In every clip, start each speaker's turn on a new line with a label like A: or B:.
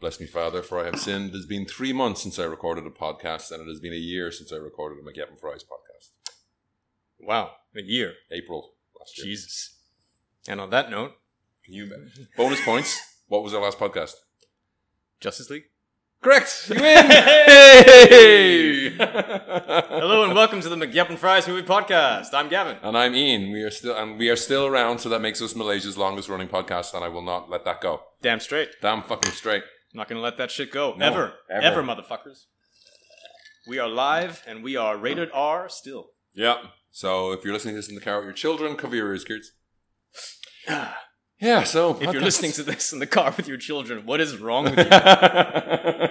A: Bless me, Father, for I have sinned. It has been three months since I recorded a podcast, and it has been a year since I recorded a McGavin Fries podcast.
B: Wow, a year.
A: April last year.
B: Jesus. And on that note,
A: You, bonus points. What was our last podcast?
B: Justice League.
A: Correct. You
B: Hey!
A: win.
B: Hello and welcome to the McYup and Fries Movie Podcast. I'm Gavin.
A: And I'm Ian. We are still and we are still around, so that makes us Malaysia's longest running podcast, and I will not let that go.
B: Damn straight.
A: Damn fucking straight.
B: Not gonna let that shit go.
A: No,
B: ever.
A: ever.
B: ever. motherfuckers. We are live and we are rated
A: Oh.
B: R still.
A: Yeah. So if you're listening to this in the car with your children, cover your ears, kids. Yeah. So
B: Ah. If you're listening to this in the car with your children, what is wrong with you?
A: to.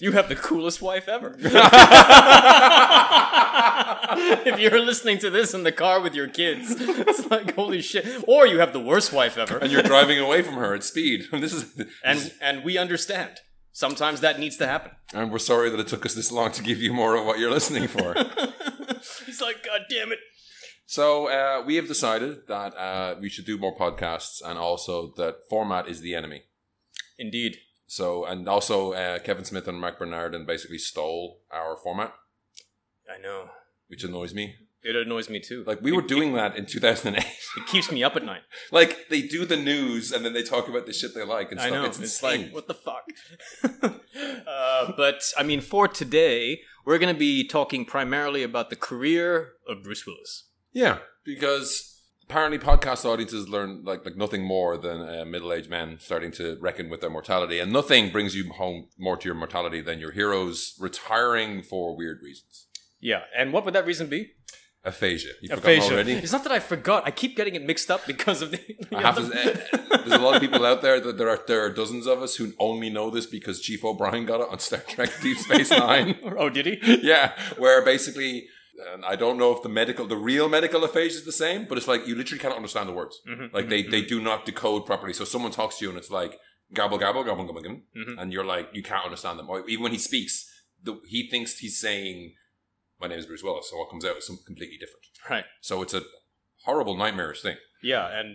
B: you have the coolest wife ever. if you're listening to this in the car with your kids, it's like holy shit. Or you have the worst wife ever.
A: and you're driving away from her at speed. This is,
B: and and we understand. Sometimes that needs to happen.
A: and we're sorry that it took us this long to give you more of what you're listening for.
B: He's like, God damn it.
A: So uh, we have decided that uh, we should do more podcasts, and also that format is the enemy.
B: Indeed.
A: So and also uh, Kevin Smith and Mark Bernard and basically stole our format,
B: I know.
A: which annoys me.
B: It annoys me too.
A: Like we were doing that in 2008.
B: it keeps me up at night.
A: like they do the news and then they talk about the shit they like and
B: I
A: stuff.
B: know.
A: It's,
B: It's,
A: insane.
B: like, what the fuck? uh, but I mean, for today, we're going to be talking primarily about the career of Bruce Willis.
A: yeah, because apparently podcast audiences learn like like nothing more than uh, middle aged men starting to reckon with their mortality, and nothing brings you home more to your mortality than your heroes retiring for weird reasons.
B: Yeah, and what would that reason be?
A: Aphasia. You forgot already.
B: It's not that I forgot. I keep getting it mixed up because of the.
A: I have to say, there's a lot of people out there that there are there are dozens of us who only know this because Chief O'Brien got it on Star Trek Deep Space Nine.
B: oh, did he?
A: yeah, where basically, and I don't know if the medical, the real medical aphasia is the same, but it's like you literally cannot understand the words.
B: Mhm,
A: Like they
B: mhm,
A: they do not decode properly. So someone talks to you and it's like gabble gabble gabble gabble, gabble
B: mhm.
A: and you're like you can't understand them. Or even when he speaks, the, he thinks he's saying, "My name is Bruce Willis," so what comes out is something completely different.
B: Right.
A: So it's a horrible nightmarish thing.
B: Yeah, and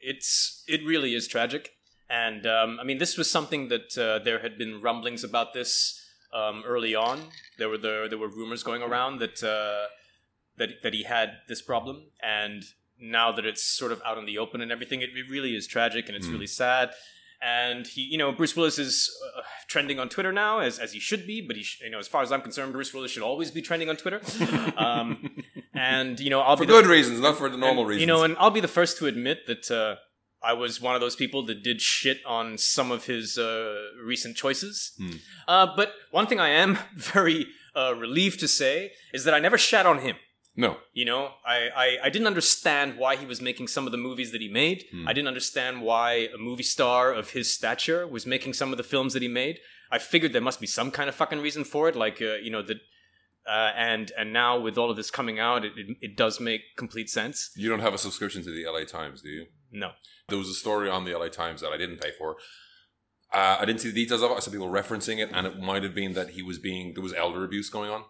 B: it's it really is tragic. And um, I mean, this was something that uh, there had been rumblings about this um, early on. There were there, there were rumors going around that uh, that that he had this problem, and now that it's sort of out in the open and everything, it, it really is tragic and it's
A: Mm.
B: really sad. And he, you know, Bruce Willis is uh, trending on Twitter now, as, as he should be. But he, sh- you know, as far as I'm concerned, Bruce Willis should always be trending on Twitter. um, and you know, I'll
A: For
B: be the-
A: good reasons, not for the normal
B: and,
A: reasons.
B: You know, and I'll be the first to admit that uh, I was one of those people that did shit on some of his uh, recent choices.
A: Hmm.
B: Uh, but one thing I am very uh, relieved to say is that I never shat on him.
A: no,
B: You know, I, I, I didn't understand why he was making some of the movies that he made.
A: Hmm.
B: I didn't understand why a movie star of his stature was making some of the films that he made. I figured there must be some kind of fucking reason for it, like uh, you know that. Uh, and and now with all of this coming out, it, it, it does make complete sense.
A: you don't have a subscription to the LA Times, do you?
B: No,
A: there was a story on the LA Times that I didn't pay for. Uh, I didn't see the details of it. I saw people referencing it, and it might have been that he was being there was elder abuse going on.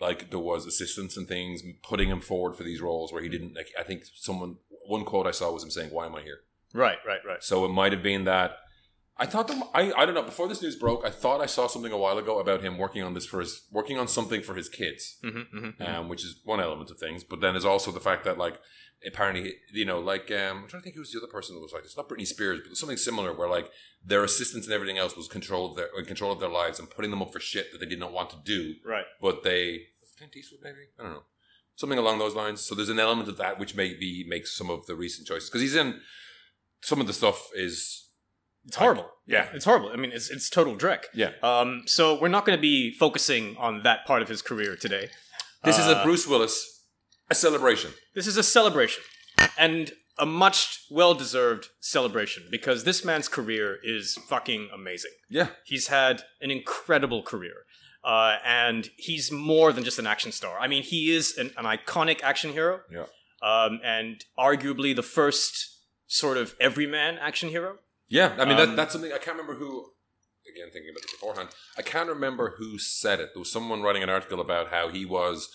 A: Like there was assistants and things putting him forward for these roles where he didn't. Like I think someone one quote I saw was him saying, "Why am I here?"
B: Right, right, right.
A: So it might have been that. I thought that, I I don't know. Before this news broke, I thought I saw something a while ago about him working on this for his working on something for his kids
B: Mm-hmm,
A: um, which is one element of things. But then there's also the fact that like apparently you know like um, I'm trying to think who was the other person that was like this. Not Britney Spears, but something similar where like their assistants and everything else was control of their in control of their lives and putting them up for shit that they did not want to do.
B: Right.
A: But they was it Clint Eastwood maybe I don't know something along those lines. So there's an element of that which maybe makes some of the recent choices because he's in some of the stuff is
B: It's horrible.
A: yeah.
B: It's horrible. I mean, it's it's total dreck.
A: Yeah.
B: Um. So we're not going to be focusing on that part of his career today.
A: This is a
B: Uh,
A: Bruce Willis a celebration.
B: This is a celebration, and a much well-deserved celebration because this man's career is fucking amazing.
A: Yeah.
B: He's had an incredible career. Uh, and he's more than just an action star. I mean, he is an, an iconic action hero.
A: Yeah.
B: Um, and arguably the first sort of everyman action hero.
A: Yeah, I mean
B: Um,
A: that, that's something I can't remember who. Again, thinking about this beforehand, I can't remember who said it. There was someone writing an article about how he was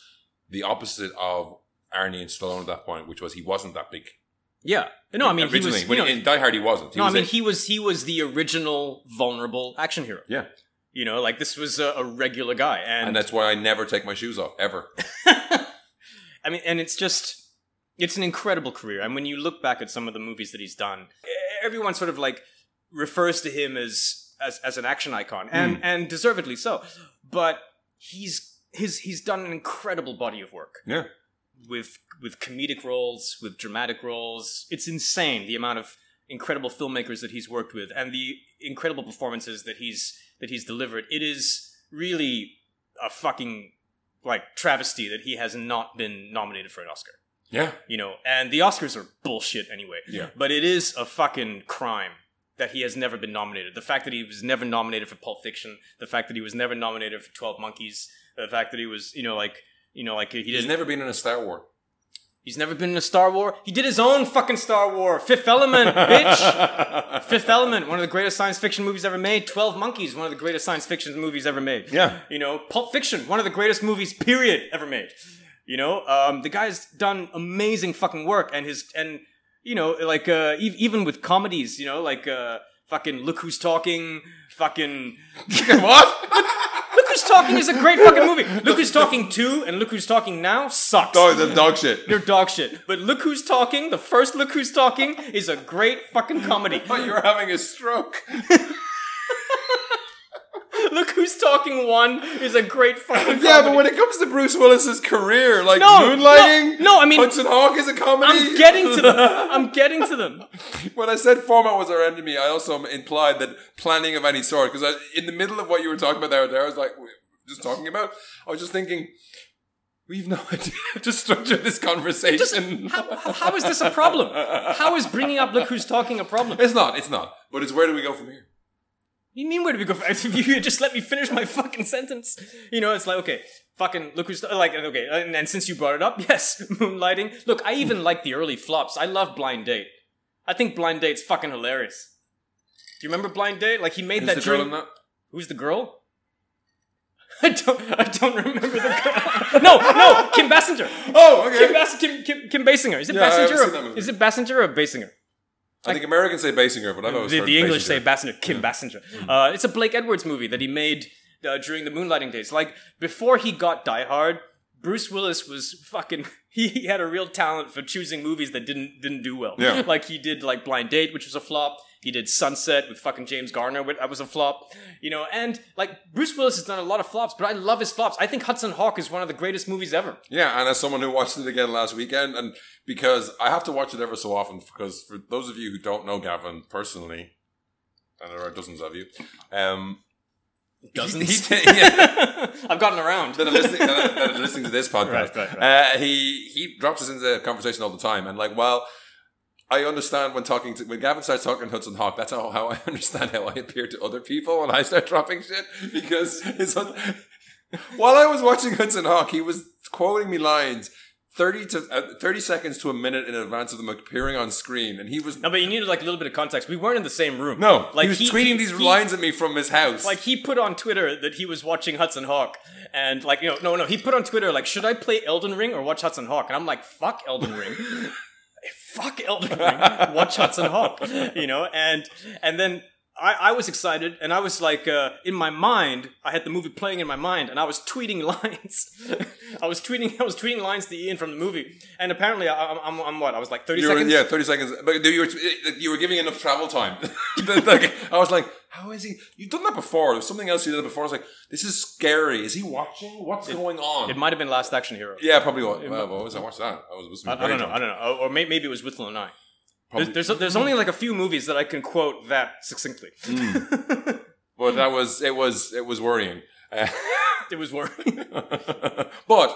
A: the opposite of Arnie and Stallone at that point, which was he wasn't that big.
B: Yeah. No, I mean, he
A: originally
B: was,
A: when
B: you know,
A: in Die Hard he wasn't. He
B: no, I
A: was
B: mean,
A: a-
B: he was he was the original vulnerable action hero.
A: Yeah.
B: You know, like this was a, a regular guy, and,
A: and that's why I never take my shoes off ever.
B: I mean, and it's just it's an incredible career. And when you look back at some of the movies that he's done, e- everyone sort of like refers to him as as, as an action icon, and and deservedly so. But he's his he's done an incredible body of work.
A: Yeah.
B: With with comedic roles, with dramatic roles, it's insane the amount of incredible filmmakers that he's worked with and the incredible performances that he's that he's delivered. It is really a fucking like travesty that he has not been nominated for an Oscar.
A: Yeah,
B: You know, and the Oscars are bullshit anyway.
A: Yeah.
B: But it is a fucking crime that he has never been nominated. The fact that he was never nominated for Pulp Fiction, the fact that he was never nominated for Twelve Monkeys, the fact that he was, you know, like, you know, like he
A: he's
B: didn't.
A: never been in a Star War.
B: he's never been in a Star War. He did his own fucking Star War, Fifth Element, bitch. Fifth Element, one of the greatest science fiction movies ever made. Twelve Monkeys, one of the greatest science fiction movies ever made.
A: Yeah.
B: You know, Pulp Fiction, one of the greatest movies, period, ever made. You know, um, the guy's done amazing fucking work, and his and you know, like uh, e- even with comedies, you know, like uh, fucking Look Who's Talking, fucking
A: what?
B: Look Who's Talking is a great fucking movie. Look Who's Talking Two and Look Who's Talking Now sucks.
A: Oh, the dog shit.
B: They're dog shit. But Look Who's Talking, the first Look Who's Talking, is a great fucking comedy.
A: Oh, you're having a stroke.
B: Look Who's Talking One is a great fucking comedy.
A: Yeah, but when it comes to Bruce Willis's career, like
B: No,
A: Moonlighting,
B: no, no, I mean-
A: Hudson Hawk is a comedy.
B: I'm getting to them. I'm getting to them.
A: when I said format was our enemy, I also implied that planning of any sort, because in the middle of what you were talking about there, there I was like, we- just talking about, I was just thinking, we've no idea how to structure this conversation.
B: How, how is this a problem? How is bringing up Look Who's Talking a problem? What
A: it's not, it's not. But it's where do we go from here?
B: do you mean where do we go? From? If you just let me finish my fucking sentence. You know, it's like, okay, fucking Look Who's Talking. Like, okay, and, and since you brought it up, yes, Moonlighting. Look, I even like the early flops. I love Blind Date. I think Blind Date's fucking hilarious. Do you remember Blind Date? Like, he made
A: Who's
B: that
A: the girl
B: dream-
A: in that?
B: Who's the girl? I don't, I don't remember the girl. no, no, Kim Bassinger.
A: Oh,
B: Kim,
A: okay.
B: Bass, Kim, Kim, Kim Basinger. Is it
A: Yeah, I haven't seen that
B: Bassinger? Or,
A: movie.
B: is it Bassinger or Basinger?
A: I think Americans say Basinger, but I've always
B: The,
A: heard
B: the English
A: Oh, Basinger. Mm-hmm.
B: say Bassinger. Kim Bassinger. Uh, it's a Blake Edwards movie that he made uh, during the Moonlighting days. Like before he got Die Hard, Bruce Willis was fucking. He, he had a real talent for choosing movies that didn't didn't do well.
A: Yeah.
B: Like he did like Blind Date, which was a flop. He did Sunset with fucking James Garner, which that was a flop. You know, and like Bruce Willis has done a lot of flops, but I love his flops. I think Hudson Hawk is one of the greatest movies ever.
A: Yeah, and as someone who watched it again last weekend, and because I have to watch it ever so often, because for those of you who don't know Gavin personally, and there are dozens of you, um,
B: Dozens.
A: He, he, yeah,
B: I've gotten around.
A: that are listening, that are, that are listening to this podcast.
B: Right, right,
A: Uh, he he drops us into conversation all the time, and like, well, I understand when talking to when Gavin starts talking Hudson Hawk. That's how, how I understand how I appear to other people when I start dropping shit because his Hud- while I was watching Hudson Hawk, he was quoting me lines. 30 to uh, 30 seconds to a minute in advance of them appearing on screen and he was
B: No, but you needed like a little bit of context. We weren't in the same room.
A: no
B: like
A: he was tweeting these
B: he-
A: lines at me from his house
B: Like he put on Twitter that he was watching Hudson Hawk, and like you know, no, no, he put on Twitter like, should I play Elden Ring or watch Hudson Hawk? And I'm like, fuck Elden Ring. fuck Elden Ring, watch Hudson Hawk, you know, and and then I, I was excited and I was like uh, in my mind I had the movie playing in my mind and I was tweeting lines, I was tweeting I was tweeting lines to Ian from the movie and apparently I, I'm, I'm I'm what I was like thirty
A: You were,
B: seconds
A: yeah, thirty seconds. But you were you were giving enough travel time. But, like, I was like, how is he? You've done that before. There's something else you did before. I was like, this is scary. Is he watching? What's going on?
B: it might have been Last Action Hero
A: yeah, probably. What, well, what was I watched that? I was with
B: I,
A: some
B: I don't
A: great
B: know. I don't know. Or, or may, maybe it was with and I.
A: Probably-
B: There's, there's there's only like a few movies that I can quote that succinctly.
A: Mm. But that was it. Was it was worrying. Uh,
B: it was worrying.
A: but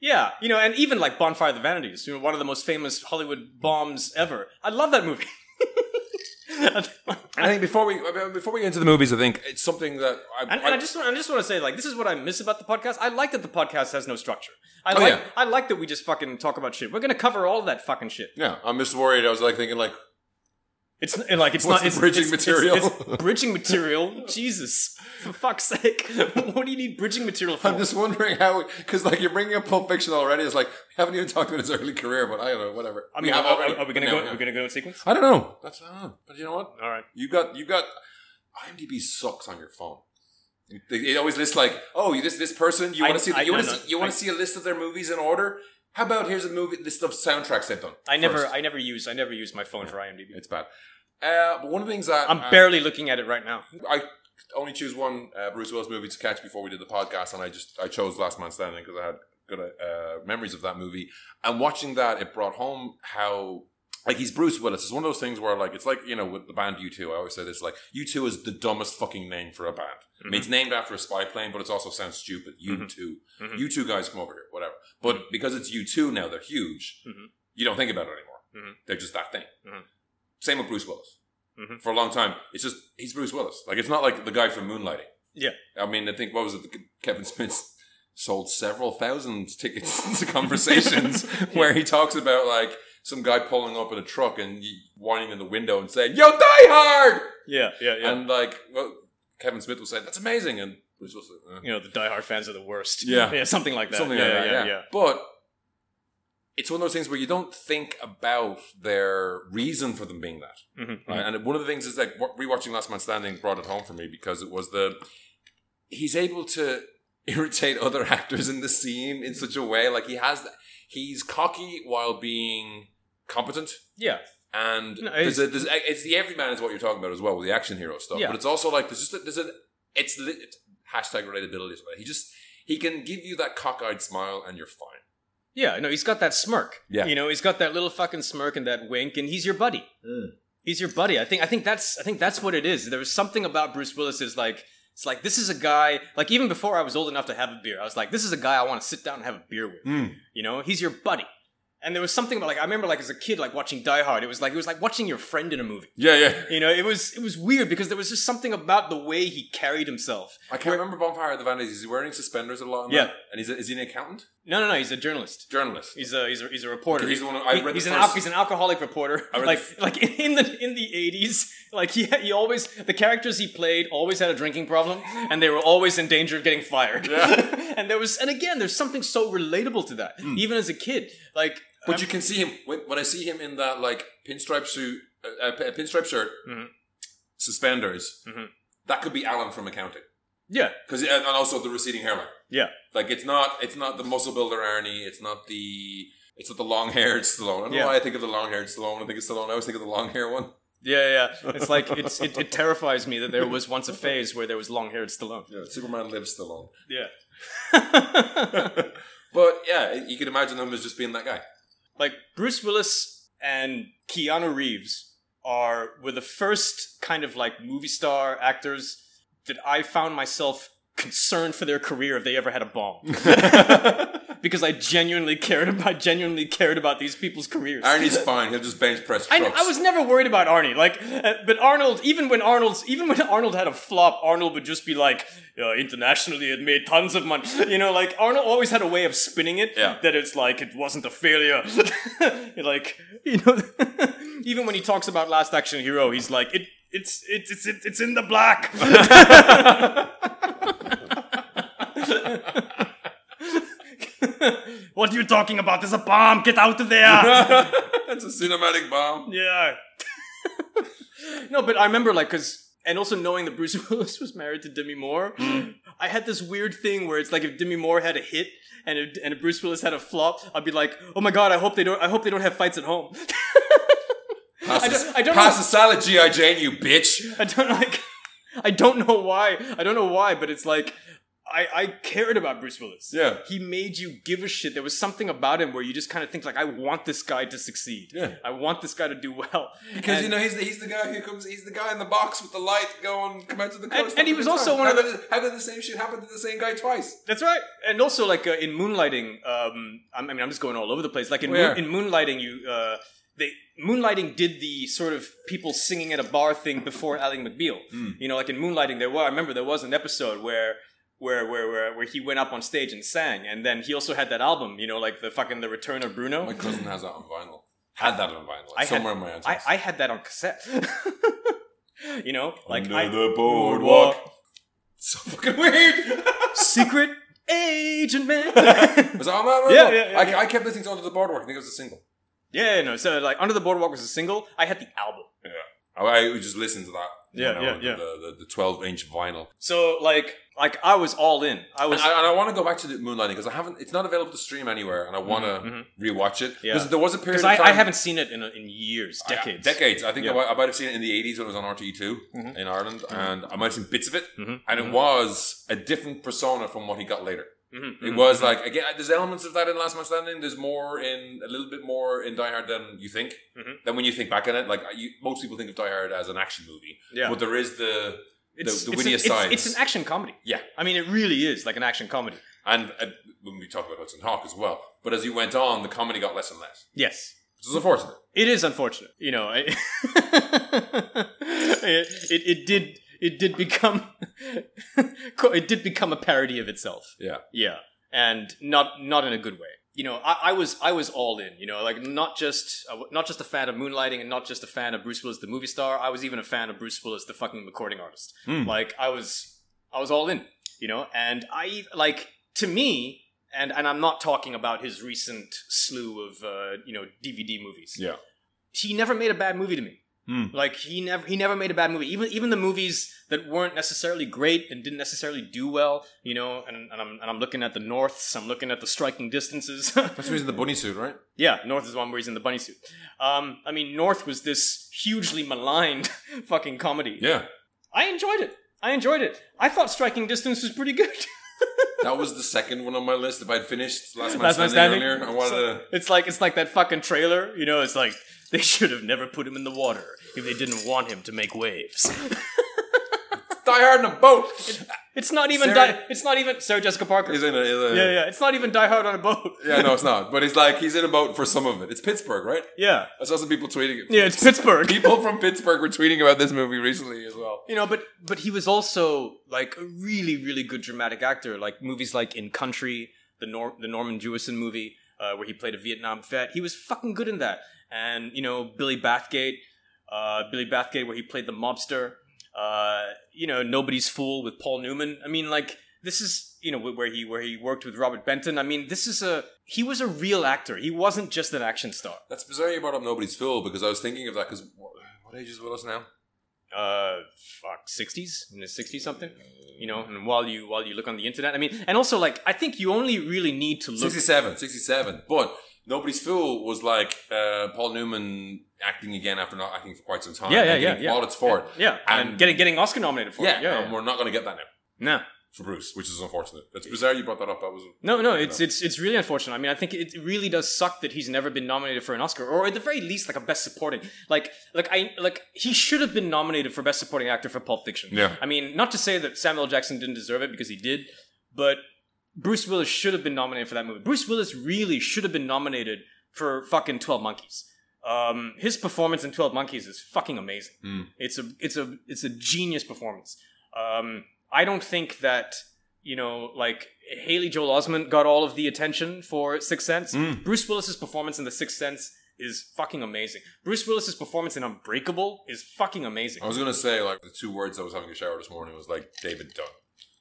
B: yeah, you know, and even like Bonfire of the Vanities, you know, one of the most famous Hollywood bombs ever. I love that movie. and,
A: I think before we before we get into the movies, I think it's something that I,
B: and I just want I just want to say like this is what I miss about the podcast. I like that the podcast has no structure. I
A: Oh,
B: like
A: yeah.
B: I like that we just fucking talk about shit. We're gonna cover all that fucking shit.
A: yeah. I'm just worried. I was like thinking like.
B: It's n- like it's
A: What's
B: not
A: the
B: it's,
A: bridging
B: it's- it's-
A: material?
B: it's bridging material. Jesus, for fuck's sake! what do you need bridging material for?
A: I'm just wondering how, because like you're bringing up Pulp Fiction already. It's like we haven't even talked about his early career, but I don't know, whatever.
B: I mean,
A: have
B: are, are-
A: already.
B: are we gonna
A: No,
B: go?
A: we
B: We're
A: have.
B: gonna go in sequence.
A: I don't know. That's I don't know. But you know what?
B: All right.
A: You got you got IMDb sucks on your phone. It, it always lists like, oh, you this this person. You
B: I-
A: want to see
B: I-
A: you want
B: no,
A: to
B: no,
A: see, you want
B: I-
A: to see a list of their movies in order. How about here's a movie list of soundtracks they've done.
B: I never,
A: first.
B: I never use, I never use my phone for IMDb.
A: it's bad. Uh, but one of the things that
B: I'm
A: uh,
B: barely looking at it right now.
A: I only choose one uh, Bruce Willis movie to catch before we did the podcast, and I just I chose Last Man Standing because I had good uh, memories of that movie. And watching that, it brought home how like he's Bruce Willis. It's one of those things where like it's like you know with the band U two. I always say this like U two is the dumbest fucking name for a band. I mean, it's named after a spy plane, but it also sounds stupid. U 2
B: Mhm.
A: U two guys come over here, whatever. But because it's U two now, they're huge.
B: Mhm.
A: You don't think about it anymore.
B: Mhm.
A: They're just that thing.
B: Mhm.
A: Same with Bruce Willis
B: Mhm.
A: for a long time. It's just he's Bruce Willis. Like it's not like the guy from Moonlighting.
B: Yeah.
A: I mean, I think what was it? Kevin Smith sold several thousand tickets to conversations where he talks about like some guy pulling up in a truck and y- whining in the window and saying, "Yo, Die Hard!"
B: Yeah, yeah, yeah.
A: And like, well, Kevin Smith will say, "That's amazing," and Bruce Willis, uh,
B: you know, the diehard fans are the worst.
A: Yeah.
B: yeah, something like that.
A: something
B: yeah,
A: like that.
B: yeah,
A: Yeah, But it's one of those things where you don't think about their reason for them being that.
B: yeah. Mhm, mhm.
A: Right? And one of the things is like wa- rewatching Last Man Standing brought it home for me because it was the he's able to irritate other actors in the scene in such a way like he has he's cocky while being competent
B: Yeah,
A: and
B: No,
A: there's a, there's a, it's the everyman is what you're talking about as well with the action hero stuff
B: Yeah.
A: but it's also like there's just a, there's a it's, li- it's hashtag relatability as well. he just he can give you that cockeyed smile and you're fine
B: yeah. No, he's got that smirk.
A: Yeah.
B: you know, he's got that little fucking smirk and that wink, and he's your buddy.
A: Mm.
B: He's your buddy. I think. I think that's. I think that's what it is. There was something about Bruce Willis is like. It's like this is a guy. Like even before I was old enough to have a beer, I was like, this is a guy I want to sit down and have a beer with. You know, he's your buddy. And there was something about like I remember like as a kid like watching Die Hard. It was like it was like watching your friend in a movie.
A: yeah yeah
B: You know, it was it was weird because there was just something about the way he carried himself.
A: i can't remember bonfire of the vanities is he wearing suspenders a lot in
B: Yeah.
A: that? and he's a, is he an accountant
B: No, no, no. He's a journalist.
A: journalist
B: He's a he's a, he's a reporter.
A: He's the one I
B: He-
A: read.
B: he's
A: the
B: an
A: first-
B: al- he's an alcoholic reporter.
A: I read
B: like
A: the f-
B: like in the in the eighties, like he he always the characters he played always had a drinking problem, and they were always in danger of getting fired.
A: Yeah. Hmm.
B: and there was and again, there's something so relatable to that, even as a kid. Like,
A: but you can see him when, when I see him in that like pinstripe suit, uh, uh, p- pinstripe shirt,
B: Mhm.
A: suspenders.
B: Mhm.
A: That could be Alan from accounting,
B: yeah,
A: because and and also the receding hairline.
B: yeah,
A: Like it's not it's not the muscle builder irony. It's not the it's not the long haired Stallone. I don't
B: Yeah.
A: know why I think of the long haired Stallone. I think it's Stallone. I always think of the long hair one.
B: yeah, yeah. It's like it's it, it terrifies me that there was once a phase where there was long-haired Stallone.
A: Yeah, Superman lives Stallone.
B: Yeah.
A: But yeah, you can imagine him as just being that guy.
B: like Bruce Willis and Keanu Reeves are were the first kind of like movie star actors that I found myself concerned for their career if they ever had a bomb. because I genuinely cared about I genuinely cared about these people's careers.
A: Arnie's fine. He'll just bench press
B: I,
A: trucks.
B: I was never worried about Arnie, like, uh, but Arnold. Even when Arnold's, even when Arnold had a flop, Arnold would just be like, "Yeah, internationally, it made tons of money. You know, like Arnold always had a way of spinning it
A: Yeah.
B: that it's like it wasn't a failure. like you know, even when he talks about Last Action Hero, he's like, "It, it's, it's, it's, it's, it's in the black." what are you talking about? There's a bomb. Get out of there.
A: That's a cinematic bomb.
B: Yeah. no, but I remember like because and also knowing that Bruce Willis was married to Demi Moore,
A: Mm.
B: I had this weird thing where it's like if Demi Moore had a hit and if, and if Bruce Willis had a flop, I'd be like, oh my god, I hope they don't, I hope they don't have fights at home.
A: Pass,
B: I
A: the-
B: don't- I don't
A: pass
B: know-
A: the salad, G.I. Jane, you bitch.
B: I don't like, I don't know why, I don't know why, but it's like. I, I cared about Bruce Willis.
A: Yeah.
B: He made you give a shit. There was something about him where you just kind of think like, I want this guy to succeed.
A: Yeah.
B: I want this guy to do well.
A: Because
B: And-
A: you know he's the, he's the guy who comes he's the guy in the box with the light going come out to the
B: And- and he was also one of
A: the how did the same shit happen to the same guy twice?
B: That's right. And also, like uh, in Moonlighting, um, I'm- I mean, I'm just going all over the place. Like in,
A: Where?
B: moon, in Moonlighting, you uh, they Moonlighting did the sort of people singing at a bar thing before Ally McBeal.
A: Hmm.
B: You know, like in Moonlighting, there were I remember there was an episode where. Where, where, where, where he went up on stage and sang, and then he also had that album, you know, like the fucking The Return of Bruno.
A: My cousin has that on vinyl. had that on vinyl.
B: I had-
A: somewhere in my
B: I,
A: ancestors.
B: I had that on cassette. you know, like
A: Under
B: I,
A: the boardwalk. So fucking weird.
B: secret agent man.
A: Was I on that?
B: Yeah, yeah, yeah,
A: I,
B: yeah.
A: I kept listening to Under the Boardwalk. I think it was a single.
B: yeah, no. So like, Under the Boardwalk was a single. I had the album.
A: I, I would just listened to that.
B: Yeah,
A: when I
B: yeah,
A: went to
B: yeah.
A: The, the, the 12 inch vinyl.
B: So like, like I was all in. I was.
A: And I, and I want to go back to the Moonlighting because I haven't. It's not available to stream anywhere, and I want to
B: Mhm,
A: rewatch it.
B: Yeah.
A: Because there was a period.
B: Because
A: Of
B: I,
A: time,
B: I haven't seen it in, a, in years,
A: I-
B: decades.
A: decades. I think
B: Yeah.
A: I, might- I might have seen it in the '80s when it was on RTE2
B: Mhm.
A: in Ireland,
B: Mhm.
A: and I might have seen bits of it.
B: Mhm,
A: And it
B: mhm,
A: was a different persona from what he got later.
B: mhm,
A: It
B: mhm.
A: was like again, there's elements of that in Last Man Standing. There's more in a little bit more in Die Hard than you think.
B: Mhm.
A: Than when you think back on it, like you, most people think of Die Hard as an action movie,
B: Mm-hmm. yeah.
A: but there is the
B: it's,
A: the
B: it's
A: wittiest
B: an,
A: sides.
B: It's, it's an action comedy.
A: Yeah.
B: I mean, it really is like an action comedy.
A: and uh, when we talk about Hudson Hawk as well. But as you went on, the comedy got less and less,
B: Yes.
A: which is unfortunate.
B: It is unfortunate, you know. I, it, it it did it did become co- it did become a parody of itself.
A: Yeah.
B: yeah, and not not in a good way. You know, I, I was I was all in. You know, like not just I w- not just a fan of Moonlighting and not just a fan of Bruce Willis the movie star. I was even a fan of Bruce Willis the fucking recording artist.
A: Hmm.
B: Like I was I was all in. You know, and I like to me. And, and I'm not talking about his recent slew of uh, you know DVD movies
A: Yeah,
B: he never made a bad movie to me.
A: Hmm.
B: Like he never he never made a bad movie. Even even the movies that weren't necessarily great and didn't necessarily do well, you know. And, and I'm and I'm looking at the Norths. I'm looking at the striking distances.
A: that's the reason the bunny suit, right?
B: yeah, North is one where he's in the bunny suit. Um, I mean, North was this hugely maligned fucking comedy.
A: Yeah,
B: I enjoyed it. I enjoyed it. I thought striking distance was pretty good.
A: that was the second one on my list. If I'd finished Last Man
B: Last Man
A: Standing,
B: Standing.
A: earlier, I wanted to.
B: It's like it's like that fucking trailer, you know. It's like they should have never put him in the water if they didn't want him to make waves.
A: Die Hard in a boat
B: It's not even
A: Sarah-
B: die. It's not even Sarah Jessica Parker.
A: is in a, is a
B: yeah, yeah. It's not even Die Hard on a boat.
A: yeah. No, it's not. But it's like he's in a boat for some of it. It's Pittsburgh, right?
B: yeah,
A: I saw some people tweeting. It.
B: yeah. It's Pittsburgh.
A: People from Pittsburgh were tweeting about this movie recently as well.
B: you know, but but he was also like a really really good dramatic actor. Like movies like In Country, the Nor- the Norman Jewison movie, uh, where he played a Vietnam vet. He was fucking good in that. And you know, Billy Bathgate, uh, Billy Bathgate, where he played the mobster. Uh, you know, Nobody's Fool with Paul Newman. I mean, like this is you know wh- where he where he worked with Robert Benton. I mean, this is a he was a real actor. He wasn't just an action star.
A: That's bizarre you brought up Nobody's Fool because I was thinking of that because what, what age is Willis now?
B: uh fuck 60s in the 60s something you know and while you while you look on the internet i mean and also like i think you only really need to look
A: 67, 67. But Nobody's Fool was like uh, Paul Newman acting again after not acting for quite some time.
B: Yeah, yeah,
A: and
B: yeah,
A: getting
B: yeah.
A: Plaudits for it.
B: yeah and,
A: And-
B: getting getting oscar nominated for
A: Yeah,
B: it yeah,
A: and we're not going to get that now
B: no
A: for Bruce, which is unfortunate. It's bizarre you brought that up. That was
B: no no it's it's it's really unfortunate i mean i think it really does suck that he's never been nominated for an oscar or at the very least like a best supporting like like i like he should have been nominated for best supporting actor for pulp fiction
A: yeah.
B: I mean, not to say that Samuel L. Jackson didn't deserve it because he did, but Bruce Willis should have been nominated for that movie. Bruce Willis really should have been nominated for fucking Twelve Monkeys. Um, his performance in Twelve Monkeys is fucking amazing.
A: Hmm.
B: It's a it's a it's a genius performance. Um, I don't think that you know like Haley Joel Osment got all of the attention for Sixth Sense.
A: Mm.
B: Bruce Willis's performance in The Sixth Sense is fucking amazing. Bruce Willis's performance in Unbreakable is fucking amazing.
A: I was going to say like the two words I was having a shower this morning was like David Dunn.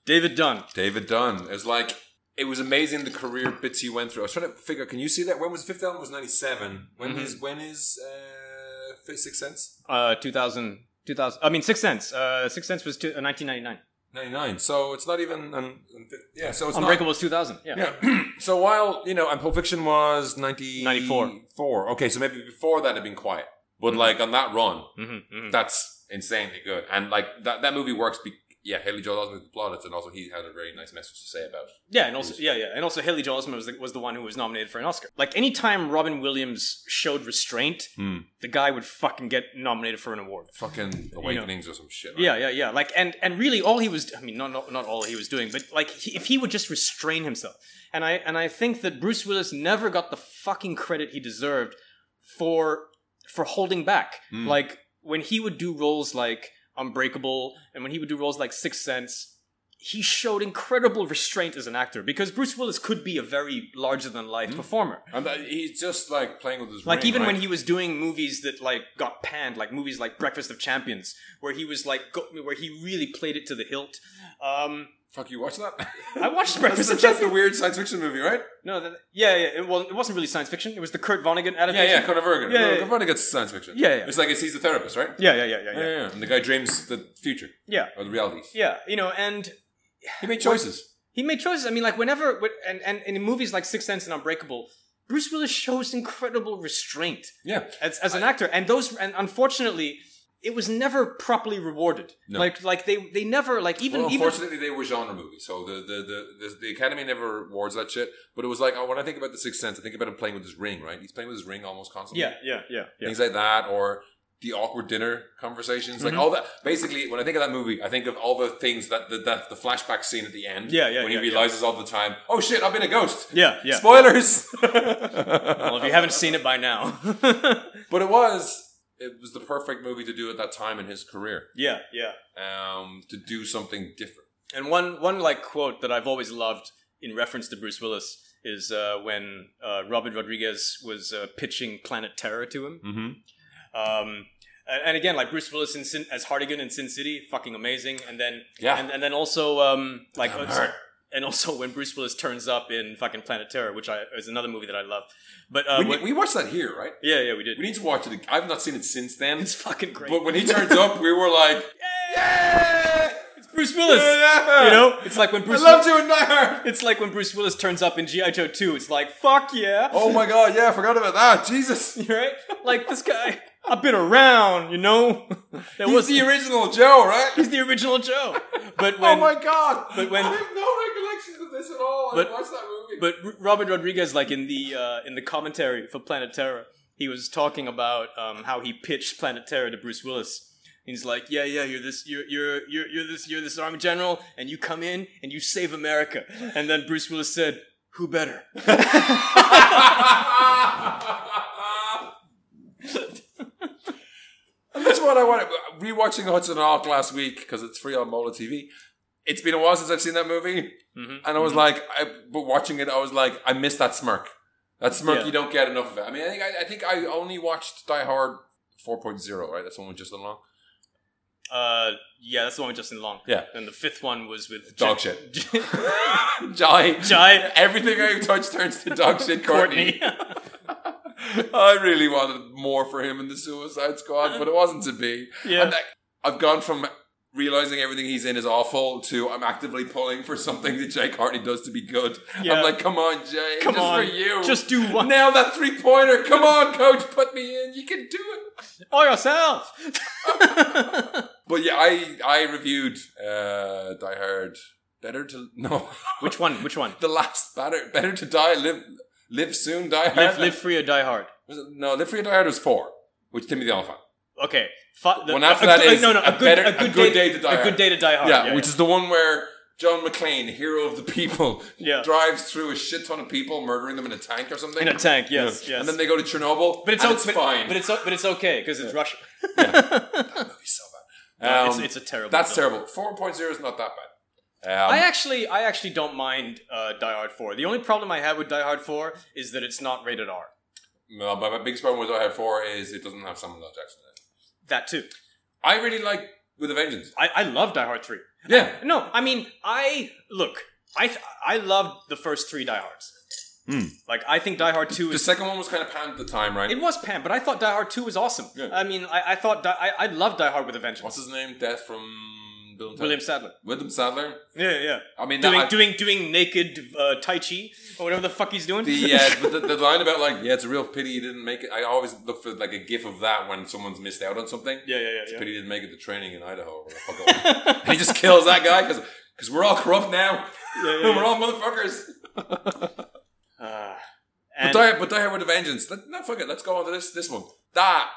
B: David Dunn.
A: David Dunn. It's like it was amazing the career bits he went through. I was trying to figure. Can you see that? When was fifth album was ninety seven. When
B: Mhm.
A: is when is uh, Fifth- Sixth Sense
B: Uh, 2000, 2000 I mean, Six Sense. Uh, Six Sense was two, uh, 1999.
A: ninety nine? So it's not even. And, and fi- yeah. So it's
B: Unbreakable was 2000. Yeah.
A: Not, yeah. so while you know, and Pulp Fiction was ninety
B: 94.
A: Four. Okay, so maybe before that had been quiet, but like on that run,
B: Mm-hmm,
A: that's insanely good. And like that that movie works. Be- yeah, Haley Joel Osment applauded, and also he had a very nice message to say about.
B: Yeah, and also yeah, yeah, and also Haley Joel Osment was the, was the one who was nominated for an Oscar. Like anytime Robin Williams showed restraint,
A: Hmm.
B: the guy would fucking get nominated for an award.
A: Fucking awakenings or some shit. right?
B: Yeah, yeah, yeah. Like, and and really, all he was—I mean, not, not not all he was doing, but like, he, if he would just restrain himself, and I and I think that Bruce Willis never got the fucking credit he deserved for for holding back.
A: Mm.
B: Like when he would do roles like Unbreakable, and when he would do roles like Sixth Sense, he showed incredible restraint as an actor because Bruce Willis could be a very larger than life
A: Mm.
B: performer.
A: And that, he's just like playing with his
B: Like
A: ring,
B: even
A: right?
B: when he was doing movies that like got panned, like movies like Breakfast of Champions, where he was like go- where he really played it to the hilt. Um,
A: fuck you watch that.
B: I watched
A: that's,
B: Breakfast
A: the, that's
B: of Champions.
A: the weird science fiction movie, right?
B: No, that, yeah, yeah. It, well, it wasn't really science fiction. It was the Kurt Vonnegut
A: Yeah,
B: adaptation.
A: yeah, Conor Vergan.
B: Yeah,
A: no,
B: yeah, yeah.
A: Conor Vergan gets science fiction.
B: Yeah, yeah.
A: It's like it's, he's the therapist, right?
B: yeah, yeah, yeah, yeah,
A: Yeah.
B: yeah,
A: yeah, yeah. And the guy dreams the future
B: yeah,
A: or the reality.
B: yeah. You know, and
A: He made choices.
B: he made choices. I mean, like whenever wh- and and, and in movies like Sixth Sense and Unbreakable, Bruce Willis shows incredible restraint
A: Yeah.
B: as, as an actor, and those and unfortunately, it was never properly rewarded.
A: No.
B: Like like they they never like even
A: well,
B: even
A: unfortunately, they were genre movies, so the the, the the the Academy never rewards that shit. But it was like, oh, when I think about the Sixth Sense, I think about him playing with his ring, right? He's playing with his ring almost constantly.
B: yeah yeah yeah yeah.
A: things like that, or the awkward dinner conversations, like
B: Mhm.
A: all that. Basically, when I think of that movie, I think of all the things that the the, the flashback scene at the end.
B: Yeah, yeah,
A: When
B: yeah,
A: he realizes all the time, oh shit, I've been a ghost.
B: Yeah, yeah.
A: Spoilers.
B: Well, if you haven't seen it by now,
A: but it was it was the perfect movie to do at that time in his career.
B: yeah, yeah.
A: Um, to do something different.
B: And one one like quote that I've always loved in reference to Bruce Willis is uh, when uh, Robert Rodriguez was uh, pitching Planet Terror to him.
A: Mm-hmm.
B: Um, and, and again, like Bruce Willis in Sin, as Hardigan in Sin City, fucking amazing. And then
A: Yeah.
B: and, and then also um, like
A: Ah. Damn
B: uh,
A: right.
B: and also when Bruce Willis turns up in fucking Planet Terror, which I is another movie that I love. But uh,
A: we,
B: when-
A: we watched that here, right?
B: yeah, yeah, we did.
A: We need to watch it. ag- I've not seen it since then.
B: it's fucking great.
A: But when he turns up, we were like, "Yeah,
B: it's Bruce Willis.
A: Yeah.
B: You know, it's like when
A: I
B: Bruce.
A: loved you in Die
B: it's like when Bruce Willis turns up in GI Joe 2. It's like fuck yeah.
A: Oh my god, yeah, I forgot about that. Jesus.
B: right? Like this guy, I've been around, you know. That
A: He's
B: was
A: the original Joe, right?
B: he's the original Joe. But
A: Oh
B: when
A: my god!
B: but when-
A: I have no recollections of this at all.
B: But-
A: I watched that movie.
B: but R- Robert Rodriguez, like in the uh, in the commentary for Planet Terror, he was talking about um, how he pitched Planet Terror to Bruce Willis. He's like, yeah, yeah, you're this, you're, you're, you're, you're this, you're this army general, and you come in and you save America. And then Bruce Willis said, "Who better?"
A: And that's what I wanted. Rewatching Hudson Hawk last week because it's free on Mola TV. It's been a while since I've seen that movie,
B: Mhm.
A: and I was like, I, but watching it, I was like, I missed that smirk. That smirk,
B: Yeah.
A: you don't get enough of it. I mean, I think I, I think I only watched Die Hard 4.0, right? That's the one with Justin Long.
B: Uh, yeah, that's the one with Justin Long.
A: Yeah.
B: And the fifth one was with
A: Dog
B: Jen-
A: shit.
B: Jen-
A: Jai,
B: Jai
A: everything I touch turns to dog shit, Courtney.
B: Courtney.
A: I really wanted more for him in the Suicide Squad, but it wasn't to be.
B: Yeah.
A: And I, have gone from realizing everything he's in is awful to I'm actively pulling for something that Jay Courtney does to be good.
B: Yeah.
A: I'm like, come on, Jay,
B: Come
A: just
B: on,
A: for you.
B: just do one
A: nail that three pointer. Come on, coach, put me in. You can do it.
B: or yourself.
A: But yeah, I I reviewed uh, Die Hard. Better to no.
B: Which one? Which one?
A: the last better better to die live live soon die hard
B: Live, live free or die hard.
A: Was it- no live free or die hard was four which Timothy Oliphant
B: Okay. Fi- the,
A: One after
B: a,
A: that
B: good-
A: is
B: no, no,
A: a better- a good day to Die
B: A
A: Hard.
B: good day to die hard.
A: yeah, which is the one where John McClane hero of the people
B: Yeah.
A: drives through a shit ton of people murdering them in a tank or something
B: in a tank. Yes, yes.
A: and then they go to Chernobyl
B: but it's,
A: and
B: o-
A: it's
B: but,
A: fine
B: But it's o- but it's okay because it's Russia.
A: that movie's so bad um,
B: it's, it's a terrible.
A: that's
B: film.
A: terrible 4.0 is not that bad um,
B: I actually, I actually don't mind uh, Die Hard Four. The only problem I have with Die Hard Four is that it's not rated R.
A: no, but my biggest problem with Die Hard 4 is it doesn't have Samuel L. Jackson in it
B: That too.
A: I really like With a Vengeance
B: I, I love Die Hard Three.
A: yeah
B: No, I mean, I look. I th- I loved the first three Die Hards.
A: Hmm.
B: Like I think Die Hard Two
A: the
B: is
A: second one was kind of panned at the time right
B: It was Pam, but I thought Die Hard 2 was awesome.
A: Yeah.
B: I mean, I, I thought Die, I, I love Die Hard with a Vengeance.
A: what's his name Death from Bill and Ted.
B: William Sadler.
A: William Sadler.
B: Yeah, yeah.
A: I mean,
B: Doing,
A: that-
B: doing, doing naked uh, Tai Chi or whatever the fuck he's doing.
A: the, uh, but the the line about like, yeah, it's a real pity you didn't make it. I always look for like a gif of that when someone's missed out on something.
B: yeah, yeah,
A: It's a
B: yeah.
A: pity you didn't make it to training in Idaho. Or whatever the fuck it was. and he just kills that guy because we're all corrupt now.
B: Yeah, yeah, yeah.
A: we're all motherfuckers.
B: Uh,
A: But
B: and
A: die, but die Hard with a Vengeance. Let, no, fuck it. Let's go on to this this one. That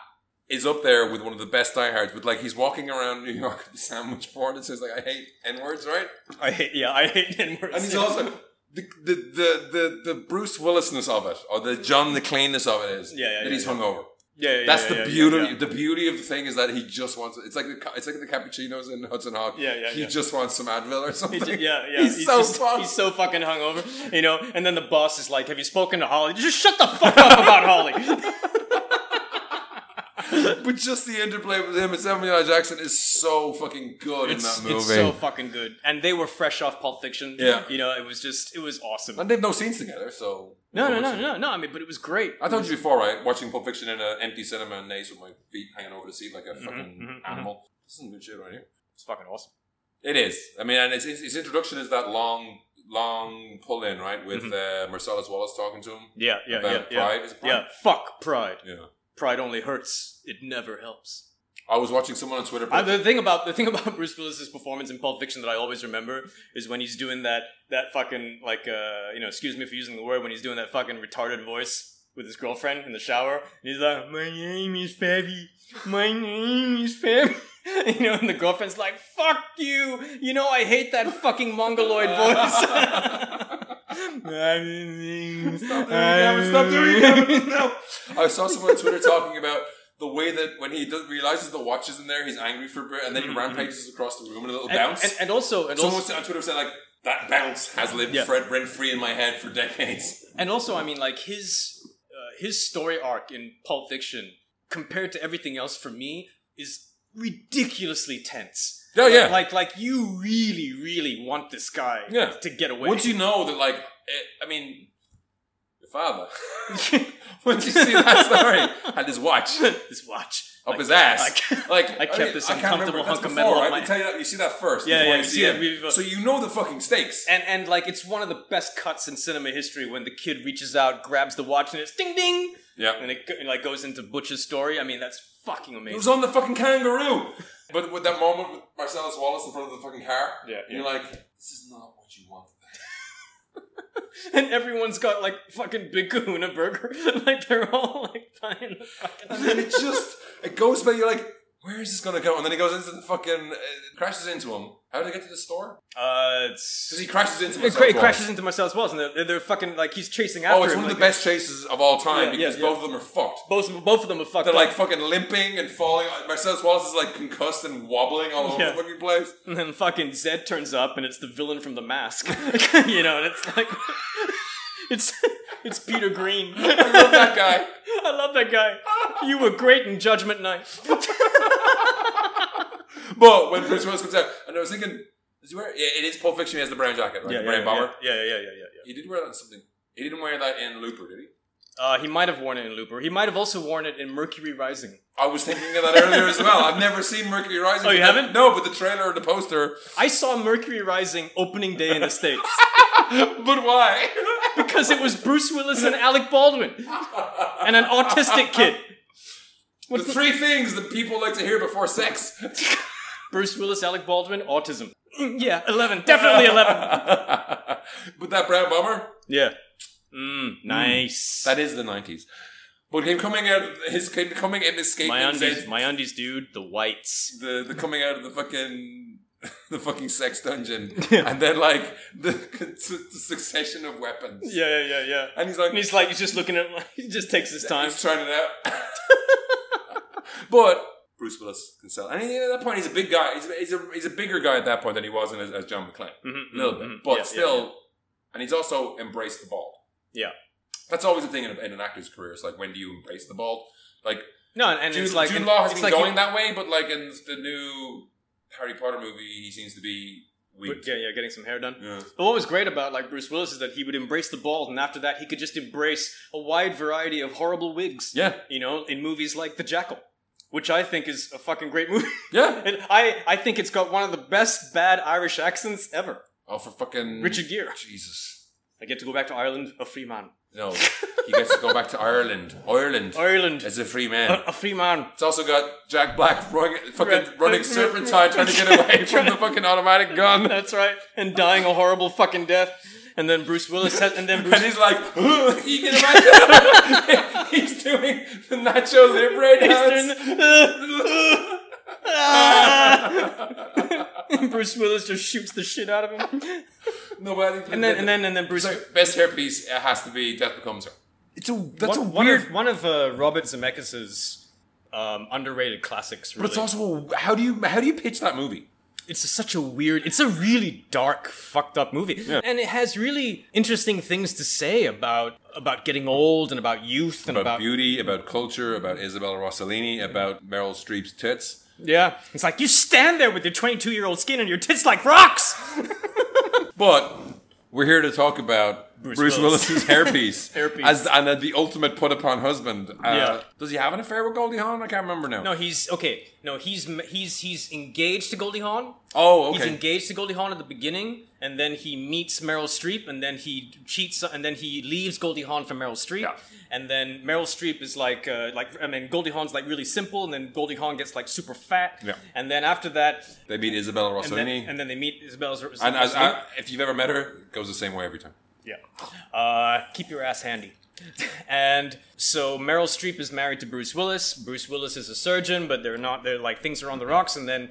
A: is up there with one of the best Die Hards. With like he's walking around New York with the sandwich board and says like, I hate N words, right?
B: I hate, yeah, I hate N-words.
A: And he's also the the the the, the Bruce Willisness of it, or the John the cleanness of it is
B: Yeah, yeah,
A: that
B: yeah,
A: he's
B: yeah.
A: hungover.
B: Yeah, yeah,
A: That's
B: yeah,
A: the
B: yeah,
A: beauty.
B: yeah, yeah.
A: The beauty of the thing is that he just wants. It's like the, ca- it's like the cappuccinos in Hudson Hawk.
B: Yeah, yeah,
A: He
B: yeah.
A: just wants some Advil or
B: He
A: something.
B: ju- yeah, yeah.
A: He's, so
B: just-
A: fucked.
B: He's so fucking hungover, you know. And then the boss is like, "Have you spoken to Holly? Just shut the fuck up about Holly."
A: but just the interplay with him and Samuel L. Jackson is so fucking good
B: it's,
A: in that movie.
B: it's so fucking good. And they were fresh off Pulp Fiction.
A: Yeah.
B: you know, it was just it was awesome.
A: and they have no scenes together, so
B: No, no, no, no, no. I mean, but it was great.
A: I told you before, right? Watching Pulp Fiction in an empty cinema and nays with my feet hanging over the seat like a fucking
B: mhm, mhm.
A: animal. This is some good shit right here.
B: It's fucking awesome.
A: It is. I mean, and its, its, its introduction is that long, long pull in, right? With uh, Marcellus Wallace talking to him
B: Yeah, Mm-hmm. yeah, yeah,
A: about
B: yeah.
A: pride. Is it pride?
B: Yeah, fuck pride.
A: Yeah.
B: Pride only hurts. It never helps.
A: I was watching someone on Twitter.
B: I, the thing about the thing about Bruce Willis's performance in Pulp Fiction that I always remember is when he's doing that that fucking like uh you know excuse me for using the word when he's doing that fucking retarded voice with his girlfriend in the shower and he's like my name is Fabby my name is Fabby you know and the girlfriend's like fuck you you know I hate that fucking mongoloid voice.
A: Stop doing it, Gavin. Stop doing it, Gavin. No. I saw someone on Twitter talking about the way that when he does, realizes the watch is in there, he's angry for a bit, and then he rampages across the room in a little
B: Mm-hmm. And,
A: bounce.
B: and, and also, and
A: someone
B: also,
A: was on Twitter said like that bounce has lived
B: Yeah.
A: Fred rent free in my head for decades.
B: And also, I mean, like his uh, his story arc in Pulp Fiction, compared to everything else, for me is ridiculously tense.
A: Oh,
B: Like-
A: yeah.
B: like like you really, really want this guy
A: Yeah.
B: to get away.
A: Once you know that, like, eh, I mean, your father. Once you see that story, had his watch up
B: this watch
A: his ass.
B: like-
A: Like,
B: I kept
A: mean,
B: this
A: I can't
B: uncomfortable
A: remember.
B: hunk
A: That's
B: of metal
A: before,
B: on
A: right?
B: my-
A: They tell you, that, you see that first.
B: Yeah,
A: before
B: yeah,
A: you
B: you
A: see
B: see
A: him.
B: it. We've- uh,
A: So you know the fucking stakes.
B: and and like it's one of the best cuts in cinema history when the kid reaches out, grabs the watch, and it's ding ding,
A: yeah.
B: and it go- like goes into Butch's story. I mean, that's fucking
A: It
B: amazing.
A: was on the fucking kangaroo. But with that moment with Marcellus Wallace in front of the fucking car,
B: Yeah,
A: and you're like, this is not what you want.
B: and everyone's got like fucking Big Kahuna burger, like they're all like buying the fucking.
A: And then it just it goes by. You're like, where is this gonna go? And then he goes into the fucking uh, crashes into him. How did I get to the store?
B: Uh,
A: Because
B: it's.
A: he crashes into
B: It,
A: Marcellus
B: cra- it
A: Wallace.
B: crashes into Marcel's walls, and they're, they're, they're fucking like he's chasing after
A: Oh, it's
B: him.
A: one of the
B: like,
A: best chases of all time
B: Yeah, yeah,
A: because
B: yeah.
A: both of them are fucked.
B: Both both of them are fucked.
A: They're
B: up.
A: like fucking limping and falling. Marcellus Wallace is like concussed and wobbling all over
B: Yeah.
A: the fucking place.
B: and then fucking Zed turns up, and it's the villain from The Mask. you know, and it's like, it's it's Peter Green.
A: I love that guy.
B: I love that guy. You were great in Judgment Night.
A: But when Bruce Willis comes out, and I was thinking, is he wear? Yeah, it is Pulp Fiction. He has the brown jacket, right? the brown bomber.
B: yeah, yeah, yeah, yeah, yeah.
A: He did wear that in something. He didn't wear that in Looper, did he?
B: Uh, he might have worn it in Looper. He might have also worn it in Mercury Rising.
A: I was thinking of that earlier as well. I've never seen Mercury Rising.
B: Oh, you
A: but the-
B: haven't?
A: No, but the trailer or the poster.
B: I saw Mercury Rising opening day in the States
A: but why?
B: because it was Bruce Willis and Alec Baldwin and an autistic kid.
A: the three things that people like to hear before sex.
B: Bruce Willis, Alec Baldwin, autism. Mm, Yeah, 11. Definitely 11.
A: but that brown bomber,
B: Yeah. Mm, nice.
A: Hmm. that is the nineties. But him coming out, his him coming and escaping
B: my undies,
A: said-
B: my undies, dude. The whites.
A: the the coming out of the fucking the fucking sex dungeon,
B: Yeah.
A: and then like the, the succession of weapons.
B: Yeah, yeah, yeah.
A: And he's like,
B: And he's like, he's just looking at. He just takes his time.
A: He's trying it out. but Bruce Willis can sell. And he- at that point, he's a big guy. He's a, he's a, he's a bigger guy at that point than he was in as, as John McClane.
B: Mhm,
A: A little bit.
B: mhm,
A: But
B: yeah, yeah,
A: still,
B: yeah.
A: and he's also embraced the bald.
B: Yeah.
A: That's always a thing in, a, in an actor's career. It's like, when do you embrace the bald? Like,
B: No, and, and
A: Jude,
B: it's like
A: Jude
B: and
A: Law has
B: it's
A: been
B: like
A: going that way, but like in the new Harry Potter movie, he seems to be weak.
B: Yeah, yeah, getting some hair done.
A: Yeah.
B: But what was great about like Bruce Willis is that he would embrace the bald, and after that, he could just embrace a wide variety of horrible wigs.
A: Yeah.
B: You know, in movies like The Jackal, which I think is a fucking great movie.
A: Yeah.
B: and I, I think it's got one of the best bad Irish accents ever.
A: Oh, for fucking.
B: Richard Gere.
A: Jesus. I
B: I get to go back to Ireland, a free man.
A: No. he gets to go back to Ireland. Ireland.
B: Ireland,
A: As a free man.
B: a, a free man.
A: It's also got Jack Black running, fucking
B: Right.
A: running serpentine trying to get away from the fucking automatic gun.
B: That's right. And dying a horrible fucking death. And then Bruce Willis has, and then
A: And
B: Bruce.
A: he's like, you can imagine. he's doing the nacho libre
B: He's
A: dance.
B: doing the- Ah! Bruce Willis just shoots the shit out of him.
A: No, but I think
B: And then, and then, and then Bruce.
A: Sorry, best hairpiece uh, has to be Death Becomes Her. It's a that's
B: one,
A: a
B: one
A: weird.
B: of, one of uh, Robert Zemeckis's um, underrated classics. Really.
A: but it's also a, how do you how do you pitch that movie?
B: it's such a weird it's a really dark fucked up movie and it has really interesting things to say about about getting old and about youth and
A: About,
B: about,
A: beauty, about culture, about Isabella Rossellini, about Meryl Streep's tits.
B: yeah it's like you stand there with your 22 year old skin and your tits like rocks
A: But we're here to talk about Bruce,
B: Willis.
A: Willis's hairpiece,
B: Hairpiece.
A: as and uh, the ultimate put upon husband. Uh,
B: Yeah.
A: Does he have an affair with Goldie Hawn? I can't remember now.
B: no he's okay no he's m- he's he's engaged to goldie hawn
A: Oh,
B: he's
A: okay.
B: engaged to goldie hawn at the beginning and then he meets meryl streep and then he cheats and then he leaves goldie hawn for meryl streep
A: Yeah.
B: and then meryl streep is like uh, like i mean goldie hawn's like really simple and then goldie hawn gets like super fat
A: Yeah.
B: and then after that
A: they meet Isabella Rossellini,
B: and then, and then they meet Isabel's.
A: And as, uh, I, if you've ever met her, it goes the same way every time.
B: yeah, uh, keep your ass handy. and so Meryl Streep is married to Bruce Willis. Bruce Willis is a surgeon, but they're not. They're like things are on the rocks, and then.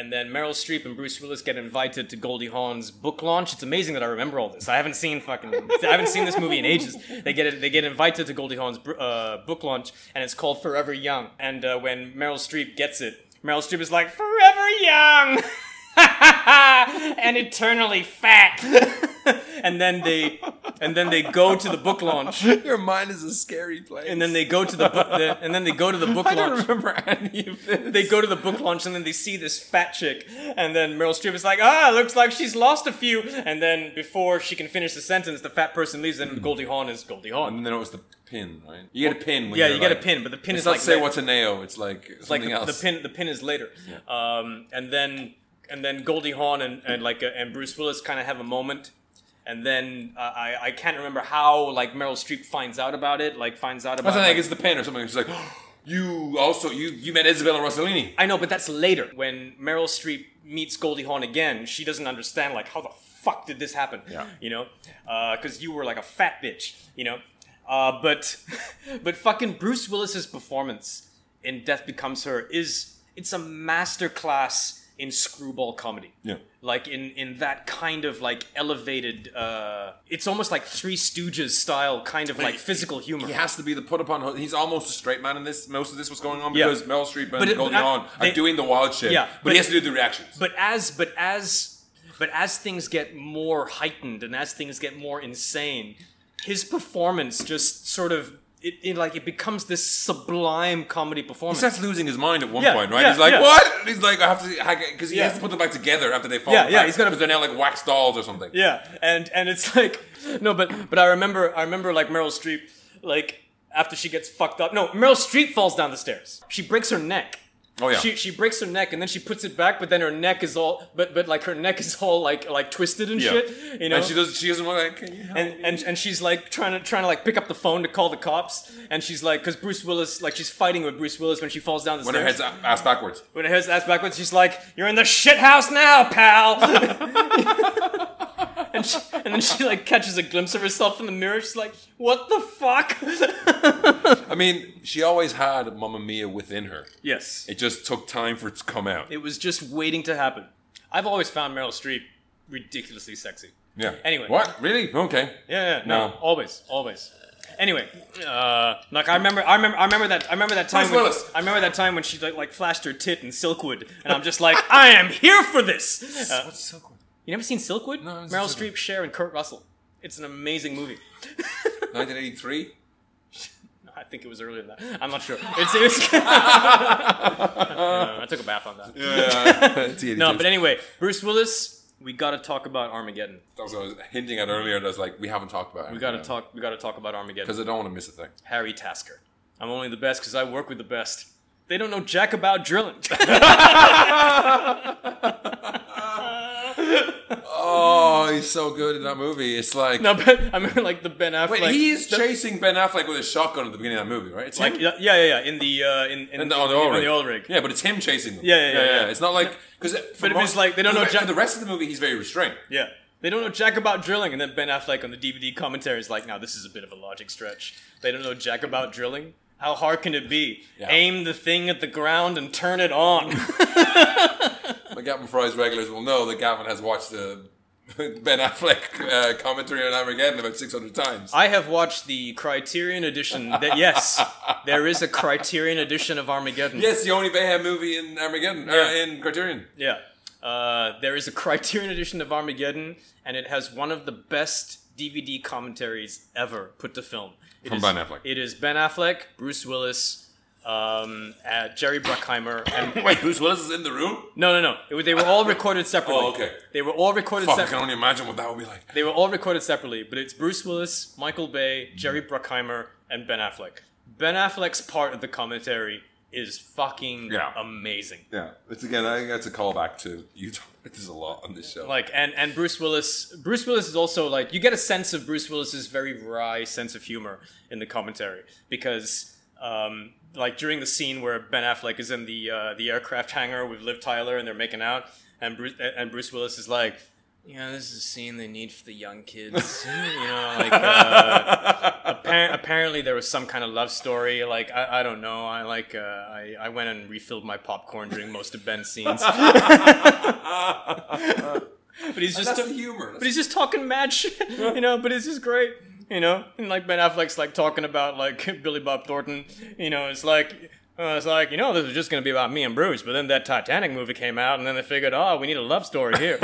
B: And then Meryl Streep and Bruce Willis get invited to Goldie Hawn's book launch. It's amazing that I remember all this. I haven't seen fucking, I haven't seen this movie in ages. They get they get invited to Goldie Hawn's br- uh, book launch, and it's called Forever Young. And uh, when Meryl Streep gets it, Meryl Streep is like Forever Young. and eternally fat. and then they and then they go to the book launch.
A: Your mind is a scary place.
B: And then they go to the, book the and then they go to the book
A: I don't
B: launch.
A: remember any of this.
B: They go to the book launch and then they see this fat chick. And then Meryl Streep is like, ah, looks like she's lost a few. And then before she can finish the sentence, the fat person leaves and Goldie Hawn is Goldie
A: And
B: Hawn.
A: then it was the pin, right? You get a pin. When
B: Yeah,
A: Mm, you're
B: you get a
A: like-
B: pin, but the pin
A: It's
B: is
A: not
B: like
A: say
B: red.
A: what's a nail. It's like
B: like
A: something
B: the,
A: else.
B: the pin the pin is later um, and then and then goldie hawn and, and like uh, and bruce willis kind of have a moment and then uh, I, I can't remember how like meryl streep finds out about it like finds out about
A: That's not like
B: like-
A: it's the pin or something. It's like you also you you met Isabella Rossellini.
B: i know but that's later when meryl streep meets goldie hawn again she doesn't understand like how the fuck did this happen
A: Yeah.
B: you know because you were like a fat bitch you know uh, but but fucking bruce willis's performance in death becomes her is it's a masterclass in screwball comedy
A: Yeah.
B: like in in that kind of like elevated uh it's almost like three stooges style kind of like
A: he-
B: physical humor
A: He has to be the put upon. He's almost a straight man in this. Most of this was going on
B: Yeah.
A: because Meryl Streep
B: But
A: and
B: it-
A: Goldie
B: I-
A: Hawn are
B: they-
A: doing the wild shit.
B: Yeah,
A: but,
B: but-
A: he has to do the reactions.
B: but as but as but as things get more heightened and as things get more insane his performance just sort of it, it like it becomes this sublime comedy
A: he
B: performance
A: starts losing his mind at one
B: Yeah,
A: point, right?
B: yeah,
A: he's like,
B: yeah.
A: "What?" He's like, "I have to," because he
B: Yeah.
A: has to put them back together after they fall.
B: Yeah, yeah,
A: apart,
B: he's gotta-
A: because they're now like wax dolls or something.
B: Yeah, and and it's like no, but but I remember I remember like Meryl Streep like after she gets fucked up. No, Meryl Streep falls down the stairs. She breaks her neck.
A: Oh, yeah.
B: She she breaks her neck and then she puts it back, but then her neck is all but but like her neck is all like like twisted and
A: Yeah.
B: shit. You know.
A: And she does. She doesn't want like. Can you help
B: and, and, and she's like trying to trying to like pick up the phone to call the cops and she's like because Bruce Willis like she's fighting with Bruce Willis when she falls down the
A: when her
B: stairs
A: head's a- ass backwards.
B: when her head's ass backwards, she's like, "You're in the shit house now, pal." and, she, and then she like catches a glimpse of herself in the mirror. She's like, "What the fuck?"
A: I mean, she always had Mamma Mia within her.
B: yes,
A: It just took time for it to come out.
B: it was just waiting to happen. I've always found Meryl Streep ridiculously sexy.
A: yeah.
B: Anyway.
A: What? Really? Okay.
B: Yeah, yeah no,
A: No.
B: always, always. Anyway, uh, like I remember, I remember, I remember that, I remember that time.
A: Bruce
B: when-
A: Willis.
B: I remember that time when she like, like flashed her tit in Silkwood, and I'm just like, I am here for this. Uh,
A: What's so cool?
B: You never seen Silkwood?
A: No, I haven't seen
B: Meryl
A: Silkwood.
B: Streep, Cher, and Kurt Russell. It's an amazing movie.
A: 1983.
B: I think it was earlier than that. I'm not sure. It's, it's Yeah, I took a bath on that. No, but anyway, Bruce Willis. We gotta talk about Armageddon.
A: That's what I was hinting at earlier. That I was like, we haven't talked about.
B: We gotta talk. We gotta talk about Armageddon.
A: because I don't want to miss a thing.
B: Harry Tasker. I'm only the best because I work with the best. They don't know jack about drilling.
A: Oh, he's so good in that movie. It's like
B: no, but I mean, like the Ben Affleck.
A: Wait, he is
B: the-
A: chasing Ben Affleck with a shotgun at the beginning of that movie, right? It's
B: like
A: him.
B: yeah, yeah, yeah. In the uh, in in,
A: And the, oh, the oil
B: in
A: rig.
B: the oil rig.
A: Yeah, but it's him chasing them.
B: Yeah, yeah, yeah, yeah.
A: It's not like because
B: But if it's like, they don't know
A: For
B: Jack-
A: the rest of the movie, he's very restrained.
B: Yeah. They don't know jack about drilling, and then Ben Affleck on the DVD commentary is like, "Now this is a bit of a logic stretch. They don't know jack about drilling. How hard can it be?
A: Yeah.
B: Aim the thing at the ground and turn it on."
A: My Gavin Fry's regulars will know that Gavin has watched the Ben Affleck uh, commentary on Armageddon about 600 times.
B: I have watched the Criterion edition. That yes, there is a Criterion edition of Armageddon.
A: yes, the only Bayhem movie in Armageddon, uh, in Criterion.
B: Yeah. Uh, there is a Criterion edition of Armageddon, and it has one of the best DVD commentaries ever put to film. It
A: From
B: is-
A: Ben Affleck.
B: It is Ben Affleck, Bruce Willis, um, uh, Jerry Bruckheimer, and
A: Wait, Bruce Willis is in the room?
B: no, no, no. It, was- they were all recorded separately.
A: Oh, okay.
B: They were all recorded
A: Fuck, I can
B: separately.
A: only imagine what that would be like.
B: They were all recorded separately, but it's Bruce Willis, Michael Bay, Jerry
A: Mm-hmm.
B: Bruckheimer, and Ben Affleck. Ben Affleck's part of the commentary is fucking
A: Yeah.
B: amazing.
A: Yeah, it's again, I think that's a callback to you. Talk, there's a lot on this show.
B: like and and Bruce Willis Bruce Willis is also like you get a sense of Bruce Willis's very wry sense of humor in the commentary because um like during the scene where Ben Affleck is in the uh, the aircraft hangar with Liv Tyler and they're making out and Bruce and Bruce Willis is like you know this is a scene they need for the young kids you know like uh, appar- apparently there was some kind of love story like I, I don't know I like uh, I, I went and refilled my popcorn during most of Ben's scenes but he's just
A: that's
B: a-
A: the humor.
B: but he's just talking mad shit, you know. But it's just great, you know. And like Ben Affleck's like talking about like Billy Bob Thornton, you know. It's like uh, it's like you know this was just gonna be about me and Bruce, but then that Titanic movie came out, and then they figured, oh, we need a love story here.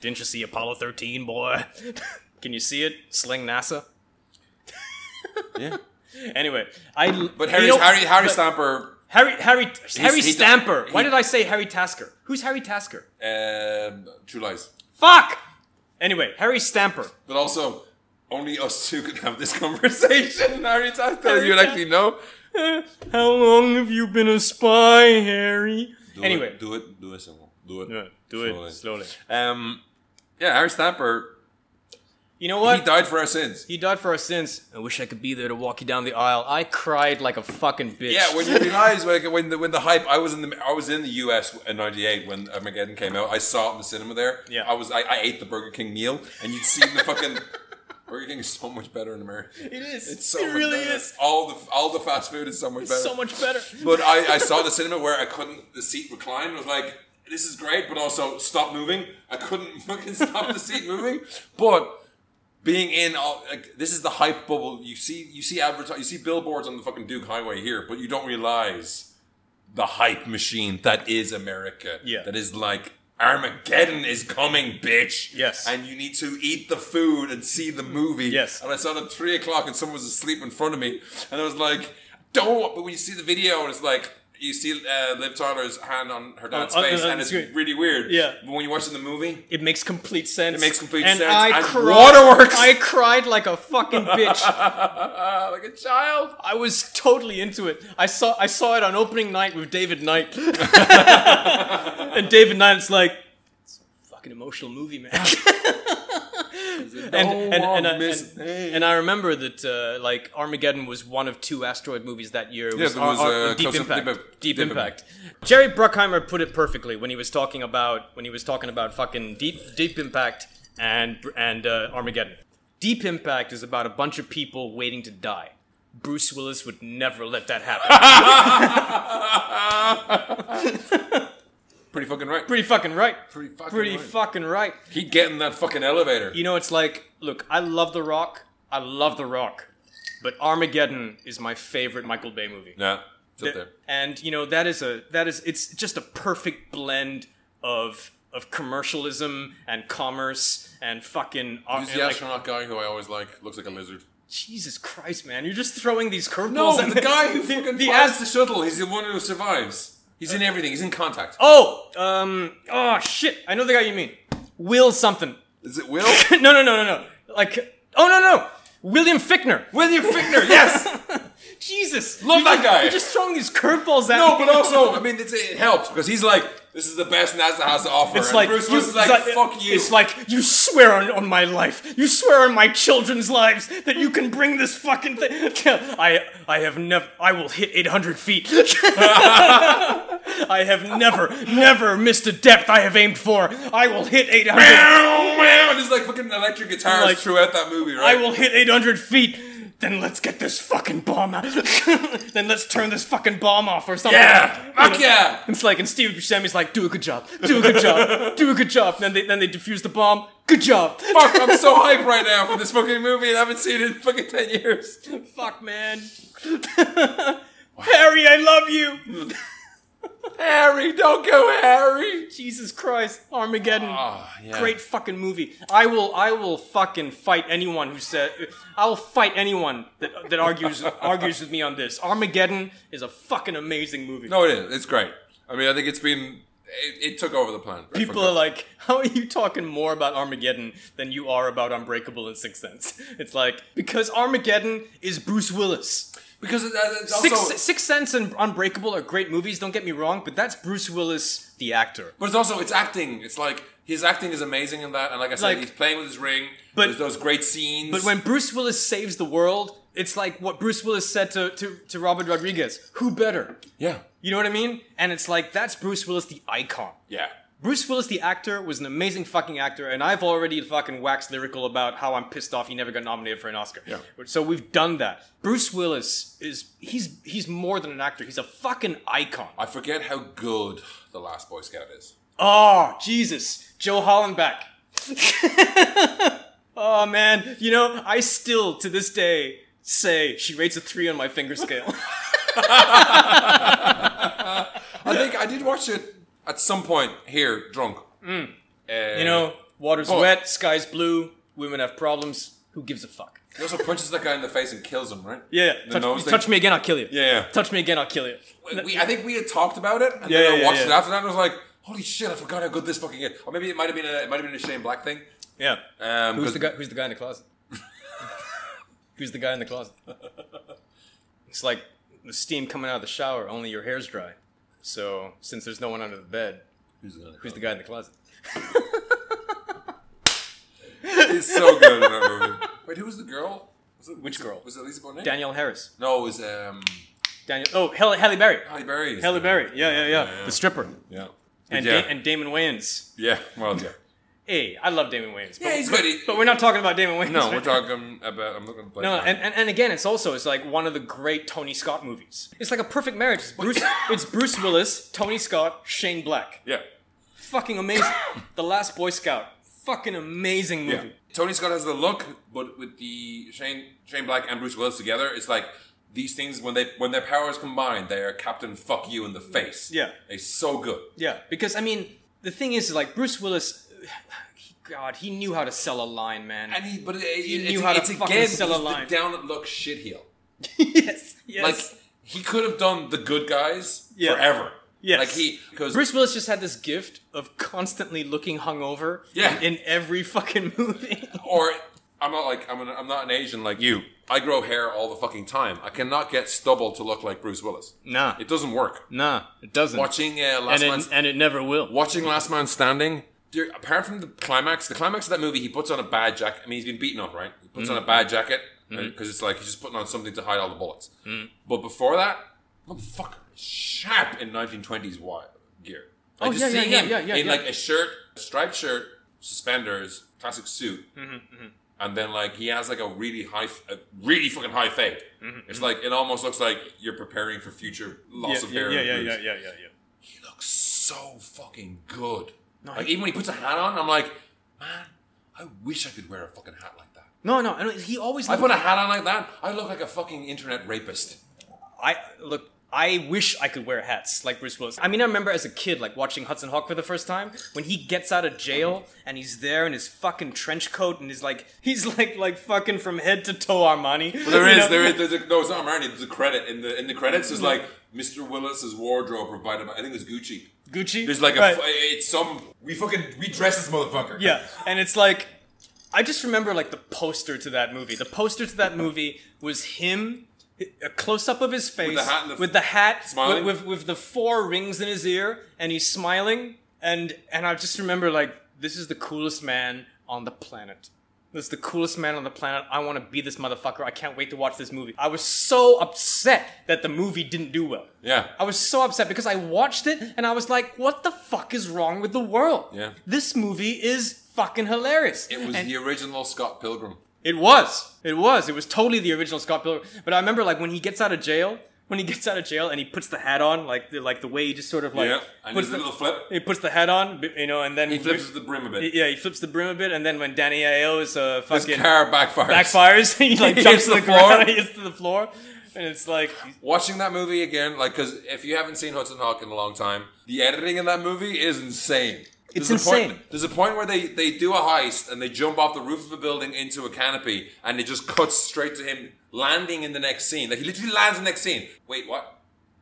B: Didn't you see Apollo thirteen, boy? Can you see it? Sling NASA.
A: yeah.
B: Anyway, I
A: But Harry, Harry, Harry Stamper,
B: Harry Harry Harry
A: he-
B: Stamper. Why
A: he-
B: did I say Harry Tasker? Who's Harry Tasker?
A: um, True Lies.
B: Fuck. Anyway, Harry Stamper.
A: But also, only us two could have this conversation. Harry Tasker,
B: Harry
A: you'd actually know.
B: How long have you been a spy, Harry? anyway,
A: do it, do it, Simon. do it,
B: do it, do it slowly.
A: Um, yeah, Harry Stamper,
B: You know
A: he
B: what? He,
A: died for our sins.
B: died for our sins. I wish I could be there to walk you down the aisle. I cried like a fucking bitch.
A: Yeah, when you realize like, when the when the hype, I was in the I was in the U.S. in '98 when Armageddon came out. I saw it in the cinema there.
B: Yeah.
A: I was I, I ate the Burger King meal, and you'd seen the fucking Burger King is so much better in America.
B: it is.
A: It's so
B: it
A: much
B: really
A: better.
B: is.
A: All the all the fast food is so much better.
B: So much better.
A: But I, I saw the cinema where I couldn't the seat reclined. I was like, this is great, but also stop moving. I couldn't fucking stop the seat moving. But being in all, like this is the hype bubble. You see you see advertise you see billboards on the fucking Duke Highway here, but you don't realize the hype machine that is America.
B: Yeah.
A: That is like Armageddon is coming, bitch.
B: Yes.
A: And you need to eat the food and see the movie.
B: Yes.
A: And I saw it at three o'clock and someone was asleep in front of me. And I was like, don't. But when you see the video, and it's like, you see uh, Liv Tyler's hand on her dad's
B: on-
A: face,
B: on
A: and
B: the
A: it's
B: screen.
A: really weird.
B: Yeah.
A: But when you're watching the movie,
B: It makes complete sense. It
A: makes complete
B: and
A: sense.
B: I
A: And
B: cried,
A: Waterworks.
B: I cried like a fucking bitch.
A: like a child.
B: I was totally into it. I saw I saw it on opening night with David Knight, and David Knight's like, it's a fucking emotional movie, man. and, and, and, I- and- and I remember that uh, like Armageddon was one of two asteroid movies that year. It was,
A: there was,
B: Ar-
A: uh,
B: Ar- Deep
A: Close Up, Deep
B: Impact. Deep,
A: Impact. Deep Impact.
B: Impact. Jerry Bruckheimer put it perfectly when he was talking about when he was talking about fucking Deep Deep Impact and and uh, Armageddon. Deep Impact is about a bunch of people waiting to die. Bruce Willis would never let that happen.
A: Pretty fucking right.
B: Pretty fucking right.
A: Pretty fucking
B: Pretty
A: right.
B: fucking right.
A: He'd get in that fucking elevator.
B: You know, it's like, look, I love The Rock. I love The Rock. But Armageddon is my favorite Michael Bay movie.
A: nah, it's up
B: Th-
A: there.
B: And you know that is a that is it's just a perfect blend of of commercialism and commerce and fucking art.
A: He's the astronaut guy who I always like. Looks like a lizard.
B: Jesus Christ, man! You're just throwing these curveballs.
A: No,
B: at
A: the guy who fucking
B: the
A: flies
B: ast-
A: the shuttle. He's the one who survives. He's in everything. He's in contact.
B: Oh, um, oh shit! I know the guy you mean. Will something?
A: Is it Will?
B: no, no, no, no, no. Like, oh no, no. William Fickner.
A: William Fickner. Yes.
B: Jesus,
A: Love
B: You're
A: that
B: just-
A: guy.
B: You're just throwing these curveballs at
A: No,
B: me.
A: but also, I mean, it's, it helps because he's like, this is the best NASA has to offer.
B: It's
A: and
B: like
A: Bruce
B: you,
A: Willis is like,
B: it's like-
A: fuck you.
B: It's like you swear on, on my life, you swear on my children's lives that you can bring this fucking thing. I I have never. I will hit 800 feet. I have never, never missed a depth I have aimed for. I will hit 800.
A: meow, meow, and there's like fucking electric guitars
B: Like-
A: throughout that movie,
B: I
A: right?
B: will hit 800 feet. then let's get this fucking bomb out. then let's turn this fucking bomb off or something.
A: Yeah,
B: You know?
A: fuck yeah.
B: It's like, and Steve Buscemi's like, do a good job, do a good job, do a good job. And then they, then they defuse the bomb. Good job.
A: Fuck, I'm so hyped right now for this fucking movie and I haven't seen it in fucking 10 years.
B: Fuck, man. Harry, I love you.
A: Harry, don't go, Harry!
B: Jesus Christ, Armageddon.
A: Ah, yeah.
B: Great fucking movie. I will, I will fucking fight anyone who said, I will fight anyone that, that argues argues with me on this. Armageddon is a fucking amazing movie.
A: No, it is. It's great. I mean, I think it's been. It, it took over the plan.
B: People are like, how are you talking more about Armageddon than you are about Unbreakable and Sixth Sense? It's like, because Armageddon is Bruce Willis.
A: because it, uh, it's also,
B: Six, Sixth Sense and Unbreakable are great movies, don't get me wrong, but that's Bruce Willis, the actor.
A: but it's also it's acting. It's like his acting is amazing in that, and like I said,
B: Like-
A: he's playing with his ring.
B: But-
A: there's those great scenes.
B: But when Bruce Willis saves the world, it's like what Bruce Willis said to, to, to Robert Rodriguez who better?
A: yeah,
B: You know what I mean? And it's like, that's Bruce Willis, the icon.
A: yeah,
B: Bruce Willis, the actor, was an amazing fucking actor, and I've already fucking waxed lyrical about how I'm pissed off he never got nominated for an Oscar.
A: Yeah.
B: So we've done that. Bruce Willis is he's he's more than an actor. He's a fucking icon.
A: I forget how good the Last Boy Scout is.
B: Oh Jesus, Joe Hollenbach. oh man, you know I still to this day say she rates a three on my finger scale.
A: I think I did watch it at some point here, drunk. Uh,
B: Mm. you know, water's
A: Oh.
B: wet, sky's blue, women have problems. Who gives a fuck?
A: he also punches that guy in the face and kills him, right?
B: Yeah,
A: The
B: touch,
A: nose
B: you
A: thing.
B: touch me again, I'll kill you.
A: Yeah, yeah.
B: Touch me again, I'll kill you.
A: we, I think we had talked about it, and
B: Yeah,
A: then I
B: yeah,
A: watched
B: yeah.
A: it after that, and I was like, "Holy shit! I forgot how good this fucking is." Or maybe it might have been a it might have been a Shane Black thing.
B: Yeah.
A: Um,
B: Who's
A: 'cause-
B: the guy? Who's the guy in the closet? who's the guy in the closet? It's like the steam coming out of the shower. Only your hair's dry. So since there's no one under the bed,
A: Who's the guy?
B: who's the guy in the closet?
A: He's so good in that movie. Wait, who was the girl? Was it,
B: Which girl?
A: Was it Lisa Bonet?
B: Daniel Harris.
A: no, it was um,
B: Daniel. Oh, Halle, Halle Berry.
A: Halle Berry. is
B: Halle
A: the-
B: Berry. Yeah, yeah, yeah.
A: yeah.
B: The stripper.
A: Yeah.
B: And,
A: yeah.
B: Da- and Damon Wayans.
A: yeah. Well, yeah.
B: Hey, I love Damon Wayans. But,
A: Yeah, he's good. He-
B: but we're not talking about Damon Wayans.
A: no, we're
B: right?
A: talking about. I'm looking.
B: No, and, and, and again, it's also it's like one of the great Tony Scott movies. It's like a perfect marriage. It's Bruce, it's Bruce Willis, Tony Scott, Shane Black.
A: yeah,
B: Fucking amazing. the Last Boy Scout. Fucking amazing
A: yeah.
B: movie.
A: Tony Scott has the look, but with the Shane Shane Black and Bruce Willis together, it's like these things when they when their powers combine, they are Captain Fuck You in the face.
B: Yeah.
A: they're so good.
B: Yeah, because I mean, the thing is, is like Bruce Willis. he- God, he knew how to sell a line, man.
A: And he, but it, it,
B: knew
A: it's,
B: how to
A: it's
B: fucking
A: again
B: sell a
A: he's the
B: line.
A: down look shitheel.
B: yes, yes.
A: Like he could have done the good guys
B: Yeah.
A: forever.
B: Yes.
A: like he because
B: Bruce Willis just had this gift of constantly looking hungover.
A: Yeah.
B: in, in every fucking movie.
A: or I'm not like I'm an, I'm not an Asian like you. I grow hair all the fucking time. I cannot get stubble to look like Bruce Willis.
B: nah,
A: It doesn't work.
B: nah, it doesn't.
A: Watching uh, Last Man
B: and it never will.
A: watching Last Man Standing. Dude, apart from the climax, the climax of that movie, he puts on a bad jacket. I mean, he's been beaten up, right? He puts on a bad jacket
B: Mm.
A: because it's like he's just putting on something to hide all the bullets. But before that, motherfucker, is sharp in 1920s wi- gear. Like
B: Oh,
A: just
B: yeah, yeah,
A: seeing
B: yeah,
A: him
B: yeah, yeah,
A: in
B: yeah.
A: like a shirt, striped shirt, suspenders, classic suit,
B: Mm-hmm,
A: and then like he has like a really high, f- a really fucking high fade.
B: Mm-hmm,
A: It's like it almost looks like you're preparing for future loss of hair. and bruise
B: yeah, yeah, yeah.
A: looks so fucking good.
B: No,
A: like
B: he-
A: even when he puts a hat on, I'm like, man, I wish I could wear a fucking hat like that.
B: No, no, I don't- he always.
A: I
B: Looked,
A: put a hat on like that, I look like a fucking internet rapist.
B: I look. I wish I could wear hats like Bruce Willis. I mean, I remember as a kid, like watching Hudson Hawk for the first time when he gets out of jail and he's there in his fucking trench coat and he's like, he's like, like fucking from head to toe Armani.
A: There
B: You
A: is,
B: know?
A: there is, there's a, no, it's not Marnie. There's a credit in the in the credits. Is like Mr. Willis's wardrobe provided by I think it was Gucci.
B: Gucci.
A: There's like a
B: Right.
A: fu- it's some we fucking we dress this motherfucker.
B: Yeah, and it's like I just remember like the poster to that movie. The poster to that movie was him a close up of his face
A: the hat and the-
B: with the hat,
A: Smiling?
B: with, with with the four rings in his ear and he's smiling and and I just remember like this is the coolest man on the planet. This is the coolest man on the planet. I want to be this motherfucker. I can't wait to watch this movie. I was so upset that the movie didn't do well.
A: yeah.
B: I was so upset because I watched it and I was like, what the fuck is wrong with the world?
A: Yeah.
B: This movie is fucking hilarious.
A: It was
B: and,
A: the original Scott Pilgrim.
B: It was. It was. It was totally the original Scott Pilgrim. But I remember like when he gets out of jail, when he gets out of jail and he puts the hat on, like the, like the way he just sort of like
A: yeah, and
B: puts
A: his
B: the,
A: little flip.
B: he puts the hat on, b- you know, and then
A: He flips the brim a bit.
B: Yeah, he flips the brim a bit, and then when Danny Ayo is uh,
A: His
B: fucking
A: car backfires.
B: backfires, he like
A: He hits
B: jumps to the
A: the floor.
B: ground, he hits to the floor, and it's like
A: Watching that movie again, like, because if you haven't seen Hudson Hawk in a long time, the editing in that movie is insane.
B: It's
A: There's a point-
B: insane.
A: there's a point where they, they do a heist and they jump off the roof of a building into a canopy and it just cuts straight to him landing in the next scene. Like, he literally lands in the next scene. Wait, what?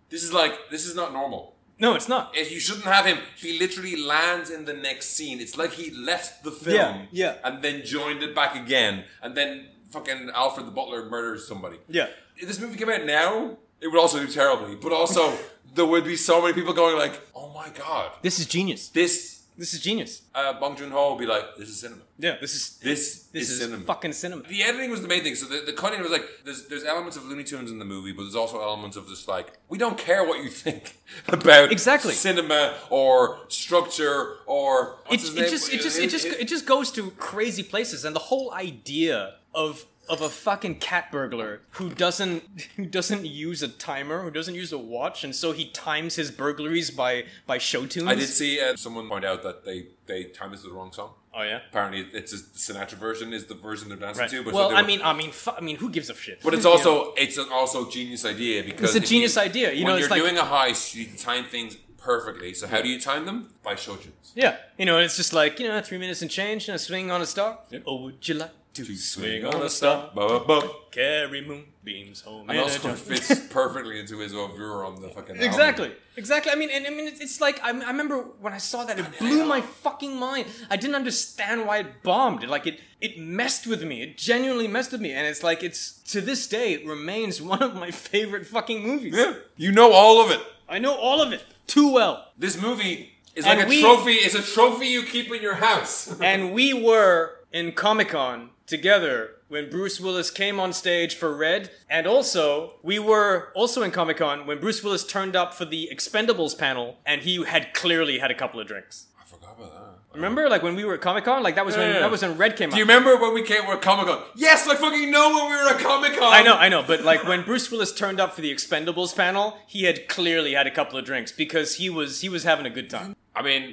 A: This is like, this is not normal.
B: no, it's not.
A: If you shouldn't have him, he literally lands in the next scene. It's like he left the film
B: Yeah, yeah.
A: and then joined it back again and then fucking Alfred the Butler murders somebody
B: Yeah,
A: if this movie came out now, it would also do terribly. But also, there would be so many people going like, "Oh my god,
B: this is genius.
A: this."
B: This is genius.
A: Uh, Bong Joon Ho would be like, "This is cinema.
B: Yeah, this is
A: This,
B: this
A: is,
B: is
A: cinema."
B: fucking cinema.
A: the editing was the main thing. So the, the cutting was like, there's there's elements of Looney Tunes in the movie, but there's also elements of just like, we don't care what you think about
B: Exactly.
A: cinema or structure or
B: it,
A: what's his
B: it
A: name?
B: just it just it just it just goes to crazy places and the whole idea of of a fucking cat burglar who doesn't who doesn't use a timer who doesn't use a watch and so he times his burglaries by by show tunes
A: I did see uh, someone point out that they they timed this to the wrong song.
B: oh yeah
A: Apparently, it's just the Sinatra version is the version they're dancing
B: right.
A: to. But so
B: well
A: they
B: i
A: were-
B: mean i mean fu- i mean who gives a shit
A: But it's
B: You know?
A: also it's an also genius idea because
B: It's a
A: if
B: genius idea, you
A: when
B: know, it's
A: you're
B: like-
A: doing a heist, you can time things perfectly. So how do you time them? By shojuns.
B: yeah you know it's just like you know three minutes and change and a swing on a star
A: Yep.
B: oh would you like to
A: You
B: swing on a
A: star,
B: star
A: ba ba ba.
B: carry moonbeams home
A: And
B: in a
A: also
B: jar.
A: fits perfectly into his overview on the fucking album.
B: Exactly. Exactly. I mean, and I mean, it's- it's like I, I remember when I saw that, it blew my fucking mind. I didn't understand why it bombed. Like it, it messed with me. It genuinely messed with me, and it's like it's to this day it remains one of my favorite fucking movies.
A: Yeah, you know all of it.
B: I know all of it too well.
A: This movie is
B: And
A: like a
B: we-
A: trophy. It's a trophy you keep in your house.
B: And we were in Comic Con together when Bruce Willis came on stage for Red, and also we were also in Comic Con when Bruce Willis turned up for the Expendables panel, and he had clearly had a couple of drinks.
A: I forgot about that.
B: Remember, like when we were at Comic Con, like that was when
A: Yeah, yeah.
B: that was when Red came
A: Do
B: out.
A: you remember when we came? We're Comic Con. Yes, I fucking know when we were at Comic Con.
B: I know, I know, but like when Bruce Willis turned up for the Expendables panel, he had clearly had a couple of drinks because he was he was having a good time.
A: I mean,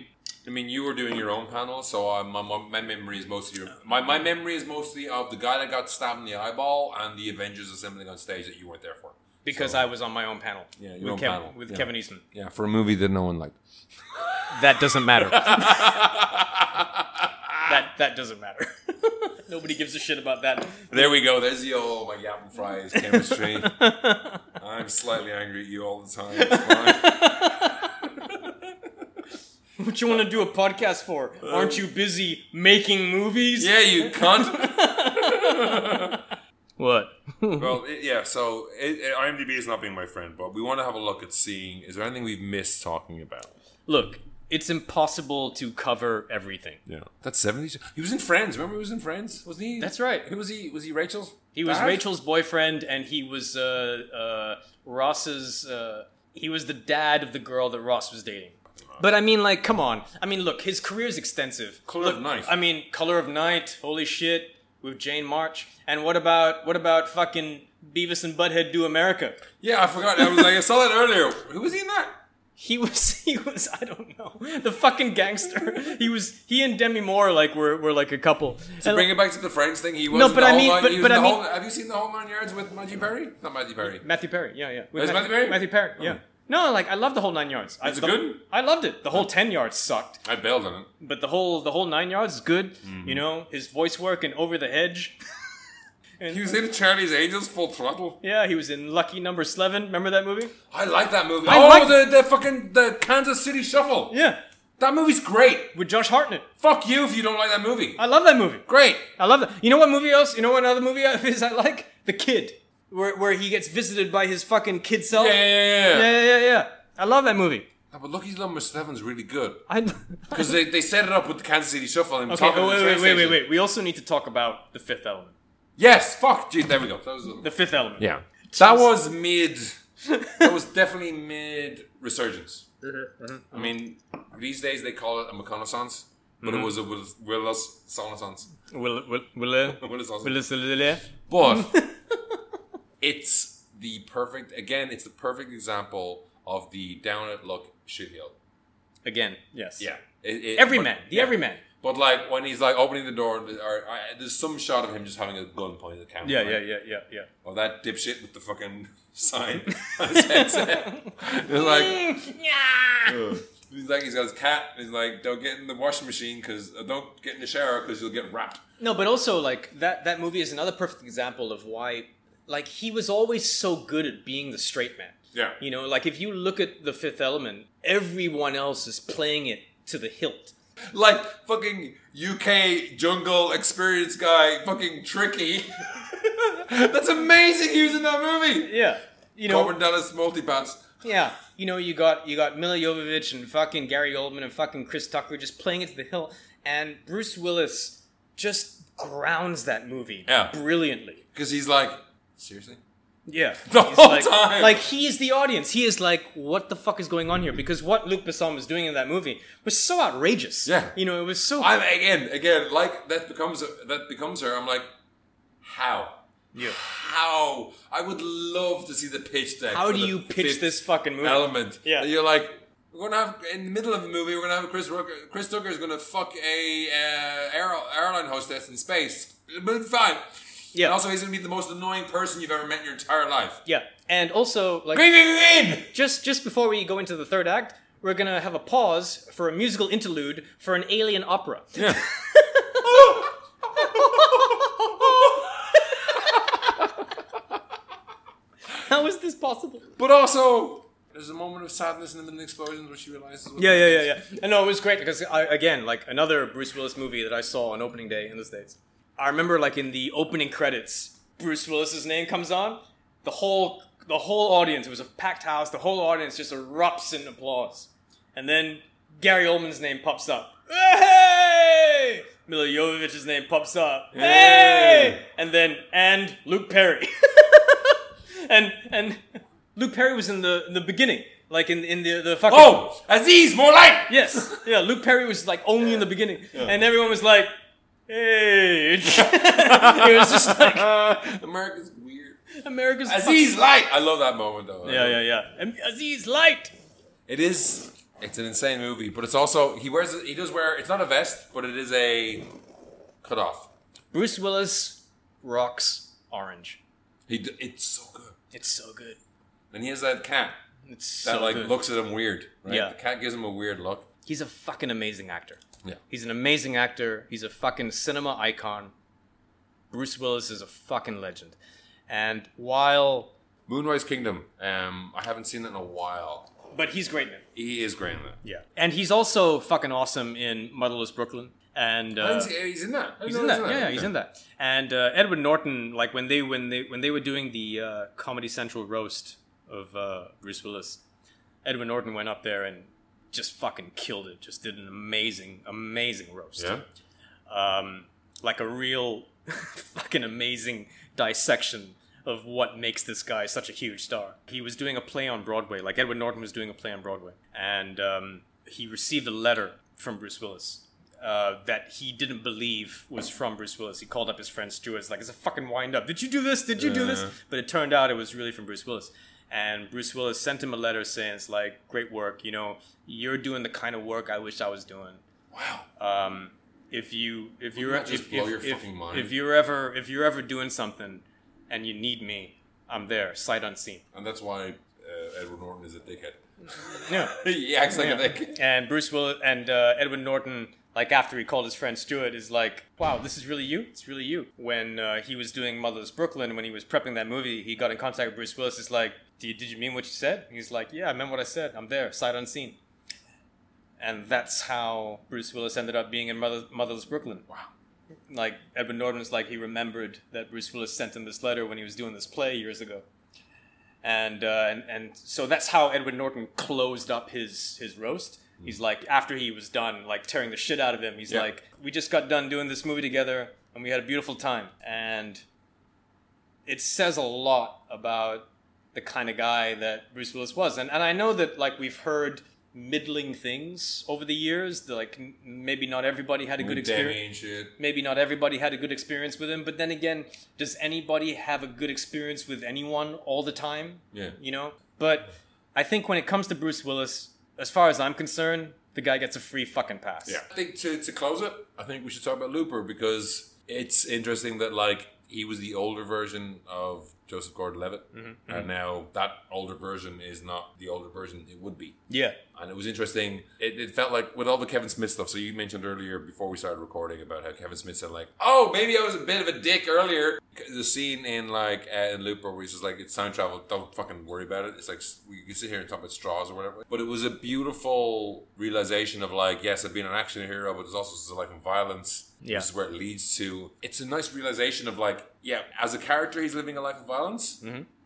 A: I mean, you were doing your own panel, so uh, my, my my memory is mostly your, my my memory is mostly of the guy that got stabbed in the eyeball and the Avengers assembling on stage that you weren't there for.
B: Because I was on my own panel.
A: Yeah, your
B: with
A: own
B: Kev-
A: panel.
B: with
A: Yeah.
B: Kevin Eastman.
A: Yeah, for a movie that no one liked.
B: That doesn't matter. that that doesn't matter. Nobody gives a shit about that.
A: There we go. There's the oh my Gavin Fry's chemistry. I'm slightly angry at you all the time. It's fine.
B: What you want to do a podcast for? Aren't you busy making movies?
A: yeah, you cunt.
B: What?
A: well, it, yeah. So it, it, IMDb is not being my friend, but we want to have a look at seeing is there anything we've missed talking about?
B: Look, it's impossible to cover everything.
A: Yeah, that's seventies. He was in Friends. Remember, he was in Friends. Was he?
B: That's right.
A: Who was he? Was he Rachel's?
B: He was
A: dad?
B: Rachel's boyfriend, and he was uh, uh, Ross's. Uh, he was the dad of the girl that Ross was dating. But I mean, like, come on. I mean, look, his career is extensive.
A: Color
B: Look,
A: of Night.
B: I mean, Color of Night. Holy shit, with Jane March. And what about what about fucking Beavis and Butthead Do America?
A: Yeah, I forgot. I was like, I saw that earlier. Who was he in that?
B: He was he was I don't know the fucking gangster. He was he and Demi Moore like were were like a couple.
A: To bring it back to the Friends thing, he was.
B: No,
A: in
B: but
A: the
B: I
A: Whole
B: mean-
A: Nine-
B: but-
A: he was
B: but
A: in
B: I
A: the
B: mean-
A: Whole- have you seen the Whole Nine Yards with Matthew Perry? Not Matthew Perry.
B: Matthew Perry, yeah, yeah. With
A: Was Oh, Matthew Perry? Oh.
B: Matthew Perry, yeah. No, like I loved the whole nine yards. I,
A: Is it
B: the-
A: good? Oh.
B: I loved it. The whole ten yards sucked,
A: I bailed on it.
B: but the whole the whole nine yards is good.
A: Mm-hmm.
B: You know, his voice work and over the hedge.
A: He was in Charlie's Angels Full Throttle.
B: Yeah, he was in Lucky Number Eleven. Remember that movie?
A: I like that movie.
B: I
A: oh,
B: like-
A: the, the fucking the Kansas City Shuffle.
B: Yeah,
A: That movie's great.
B: with Josh Hartnett.
A: Fuck you if you don't like that movie.
B: I love that movie.
A: Great.
B: I love that. You know what movie else? You know what other movie of his I like? The Kid, where where he gets visited by his fucking kid self.
A: Yeah, yeah, yeah. yeah.
B: yeah, yeah. yeah. I love that movie.
A: No, but Lucky's Number Seven's really good
B: I
A: because they, they set it up with the Kansas City Shuffle and
B: okay.
A: talking
B: Oh,
A: to the
B: wait,
A: train
B: wait, wait, wait,
A: station.
B: wait. We also need to talk about the Fifth Element.
A: Yes, fuck. Gee, there we go. That was
B: The Fifth Element.
A: Yeah. That was mid. that was definitely
B: Mm-hmm.
A: mid resurgence. I mean, these days they call it a reconnaissance. but it was a Will Willis Renaissance.
B: Will will will
A: Willis Renaissance.
B: will will
A: But it's the perfect again. It's the perfect example of the down at luck shitheel.
B: again? Yes.
A: Yeah, it, it,
B: Everyman,
A: but-
B: the
A: yeah.
B: everyman.
A: But like when he's like opening the door, or, I there's some shot of him just having a gun pointed at the camera.
B: Yeah,
A: right?
B: yeah, yeah, yeah, yeah.
A: Or that dipshit with the fucking sign on his headset. It's like, ugh. he's like, he's got his cat. And he's like, don't get in the washing machine because don't get in the shower because you'll get wrapped.
B: No, but also like that that movie is another perfect example of why like he was always so good at being the straight man.
A: Yeah.
B: You know, like if you look at The Fifth Element, everyone else is playing it to the hilt.
A: Like fucking UK jungle experience guy, fucking tricky. That's amazing. He was in that movie.
B: Yeah. You know,
A: Corbin Dallas multipass.
B: yeah. You know, you got you got Mila Jovovich and fucking Gary Oldman and fucking Chris Tucker just playing it to the hilt and Bruce Willis just grounds that movie
A: Yeah.
B: brilliantly.
A: Because he's like, seriously?
B: Yeah.
A: The
B: He's
A: whole
B: like,
A: time.
B: Like, he is the audience. He is like, what the fuck is going on here? Because what Luc Besson was doing in that movie was so outrageous.
A: Yeah.
B: You know, it was so.
A: I'm again, again, like that becomes that becomes her. I'm like, how?
B: Yeah.
A: How? I would love to see the pitch deck.
B: How
A: for
B: do
A: the
B: you pitch
A: fifth
B: this fucking movie?
A: element?
B: Yeah.
A: And you're like, we're gonna have in the middle of the movie, we're gonna have Chris Rucker, Chris Tucker is gonna fuck a uh, air, airline hostess in space. But it's fine.
B: Yeah.
A: And also, he's gonna be the most annoying person you've ever met in your entire life.
B: yeah. And also, like,
A: Green, green, green.
B: just just before we go into the third act, we're gonna have a pause for a musical interlude for an alien opera.
A: Yeah.
B: How is this possible?
A: but also, there's a moment of sadness in the middle of the explosions where she realizes. what-
B: Yeah, yeah, yeah, yeah. And no, it was great because I, again, like another Bruce Willis movie that I saw on opening day in the states. I remember, like in the opening credits, Bruce Willis's name comes on. The whole the whole audience it was a packed house. The whole audience just erupts in applause, and then Gary Oldman's name pops up. Hey! Mila Jovovich's name pops up. Hey! And then and Luke Perry. and and Luke Perry was in the in the beginning, like in in the the fucking
A: Oh, Aziz, more light.
B: Yes. Yeah, Luke Perry was like only in the beginning. And everyone was like, hey. it was just like,
A: America's weird.
B: America's.
A: Aziz Light. I love that moment though.
B: Yeah, yeah, yeah. And Aziz Light.
A: It is. It's an insane movie, but it's also he wears. He does wear. It's not a vest, but it is a cutoff.
B: Bruce Willis rocks orange.
A: He. d- It's so good.
B: It's so good.
A: And he has that cat
B: It's so
A: that like
B: good.
A: looks at him weird. Right?
B: Yeah.
A: The cat gives him a weird look.
B: He's a fucking amazing actor.
A: Yeah.
B: He's an amazing actor. He's a fucking cinema icon. Bruce Willis is a fucking legend. And while.
A: Moonrise Kingdom. Um, I haven't seen it in a while.
B: But he's great in it.
A: He is great in that.
B: Yeah. And he's also fucking awesome in Motherless Brooklyn. And
A: I
B: uh,
A: didn't see- he's in that. I didn't
B: he's
A: know
B: in that.
A: he was
B: Yeah, yeah, he's in that. And uh, Edward Norton, like when they when they when they were doing the uh, Comedy Central roast of uh, Bruce Willis, Edward Norton went up there and just fucking killed it. Just did an amazing, amazing roast.
A: Yeah.
B: Um, like a real fucking amazing dissection of what makes this guy such a huge star. He was doing a play on Broadway, like Edward Norton was doing a play on Broadway, and um, he received a letter from Bruce Willis uh, that he didn't believe was from Bruce Willis. He called up his friend Stuart, it's like, it's a fucking wind up. Did you do this? Did you do this?
A: Yeah.
B: But it turned out it was really from Bruce Willis. And Bruce Willis sent him a letter saying, it's like, great work, you know, you're doing the kind of work I wish I was doing
A: Wow.
B: um, if you if you're
A: that just
B: if,
A: blow
B: if-
A: your
B: if-
A: fucking mind?
B: if you're ever if you're ever doing something and you need me, I'm there, sight unseen.
A: And that's why uh, Edward Norton is a dickhead.
B: Yeah.
A: he acts like a dickhead.
B: And Bruce Will and uh, Edwin Norton, like after he called his friend Stuart, is like, "Wow, this is really you. It's really you." When uh, he was doing Motherless Brooklyn, when he was prepping that movie, he got in contact with Bruce Willis. Is like, "Did you, did you mean what you said?" He's like, "Yeah, I meant what I said. I'm there, sight unseen." And that's how Bruce Willis ended up being in Mother, Motherless Brooklyn.
A: Wow.
B: like Edward Norton was like he remembered that Bruce Willis sent him this letter when he was doing this play years ago, and uh, and and so that's how Edward Norton closed up his his roast. He's like after he was done, like tearing the shit out of him. He's
A: Yeah.
B: like, we just got done doing this movie together, and we had a beautiful time, and it says a lot about the kind of guy that Bruce Willis was. And and I know that like we've heard middling things over the years. The, like n- maybe not everybody had a good experience.
A: Demi and shit.
B: Maybe not everybody had a good experience with him. But then again, does anybody have a good experience with anyone all the time?
A: Yeah.
B: You know. But I think when it comes to Bruce Willis, as far as I'm concerned, the guy gets a free fucking pass.
A: I think to, to close it, I think we should talk about Looper because it's interesting that like he was the older version of Joseph Gordon-Levitt, and now that older version is not the older version it would be.
B: Yeah.
A: And it was interesting. It, it felt like with all the Kevin Smith stuff. So you mentioned earlier before we started recording about how Kevin Smith said like, "Oh, maybe I was a bit of a dick earlier." The scene in like uh, in Looper where he's just like, "It's time travel. Don't fucking worry about it." It's like s- we can sit here and talk about straws or whatever. But it was a beautiful realization of like, yes, I've been an action hero, but there's also a life of violence.
B: Yeah.
A: This is where it leads to. It's a nice realization of like, yeah, as a character, he's living a life of violence,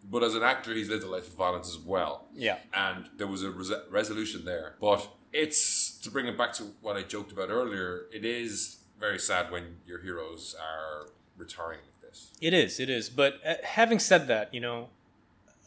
A: but as an actor, he's lived a life of violence as well
B: Yeah.
A: and there was a res- resolution there. But it's to bring it back to what I joked about earlier. It is very sad when your heroes are retiring with this.
B: It is. It is. But uh, having said that, you know,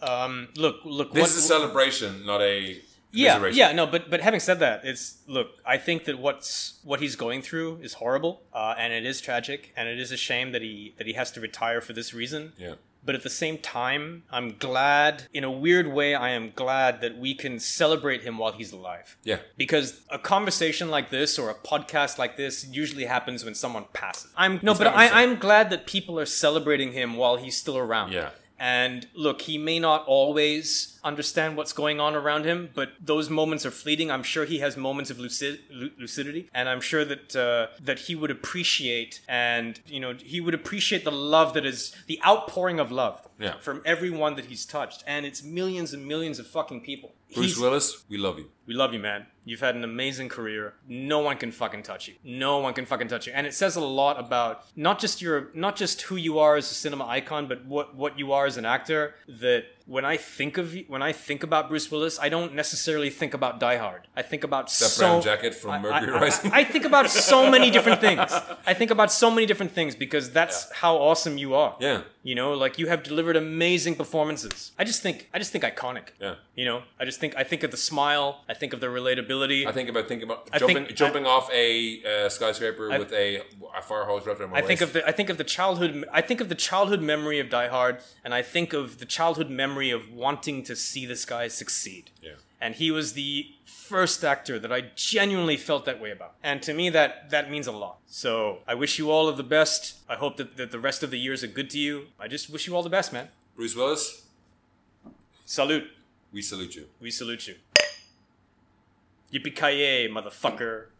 B: um, look, look.
A: This
B: what-
A: is a celebration, not a
B: yeah,
A: commiseration.
B: yeah. No, but but having said that, it's look. I think that what's what he's going through is horrible, uh, and it is tragic, and it is a shame that he that he has to retire for this reason.
A: yeah.
B: But at the same time, I'm glad, in a weird way, I am glad that we can celebrate him while he's alive.
A: Yeah.
B: Because a conversation like this or a podcast like this usually happens when someone passes. I'm no,
A: It's
B: but I,
A: definitely-
B: I'm glad that people are celebrating him while he's still around.
A: Yeah.
B: And look, he may not always understand what's going on around him, but those moments are fleeting. I'm sure he has moments of lucid, lu- lucidity, and I'm sure that uh, that he would appreciate and you know he would appreciate the love that is the outpouring of love
A: Yeah.
B: from everyone that he's touched, and it's millions and millions of fucking people.
A: Bruce
B: He's-
A: Willis, we love you.
B: we love you, man. You've had an amazing career. No one can fucking touch you. No one can fucking touch you. And it says a lot about not just your not just who you are as a cinema icon, but what what you are as an actor that when I think of you- when I think about Bruce Willis, I don't necessarily think about Die Hard. I think about
A: That
B: so
A: brown jacket from Mercury
B: I- I-
A: Rising.
B: I, think about so many different things. I think about so many different things because that's how awesome you are.
A: yeah.
B: You know, like you have delivered amazing performances. I just think I just think iconic.
A: Yeah.
B: You know, I just think I think of the smile. I think of the relatability.
A: I think about thinking about
B: I
A: jumping
B: think-
A: jumping off a uh, skyscraper
B: I-
A: with a, a fire hose wrapped around my
B: I think
A: waist.
B: of the I think of the childhood I think of the childhood memory of Die Hard, and I think of the childhood memory of wanting to see this guy succeed.
A: Yeah.
B: And he was the first actor that I genuinely felt that way about. And to me that that means a lot. So I wish you all of the best. I hope that, that the rest of the years are good to you. I just wish you all the best, man.
A: Bruce Willis,
B: Salute.
A: we salute you.
B: We salute you. Yippee ki motherfucker.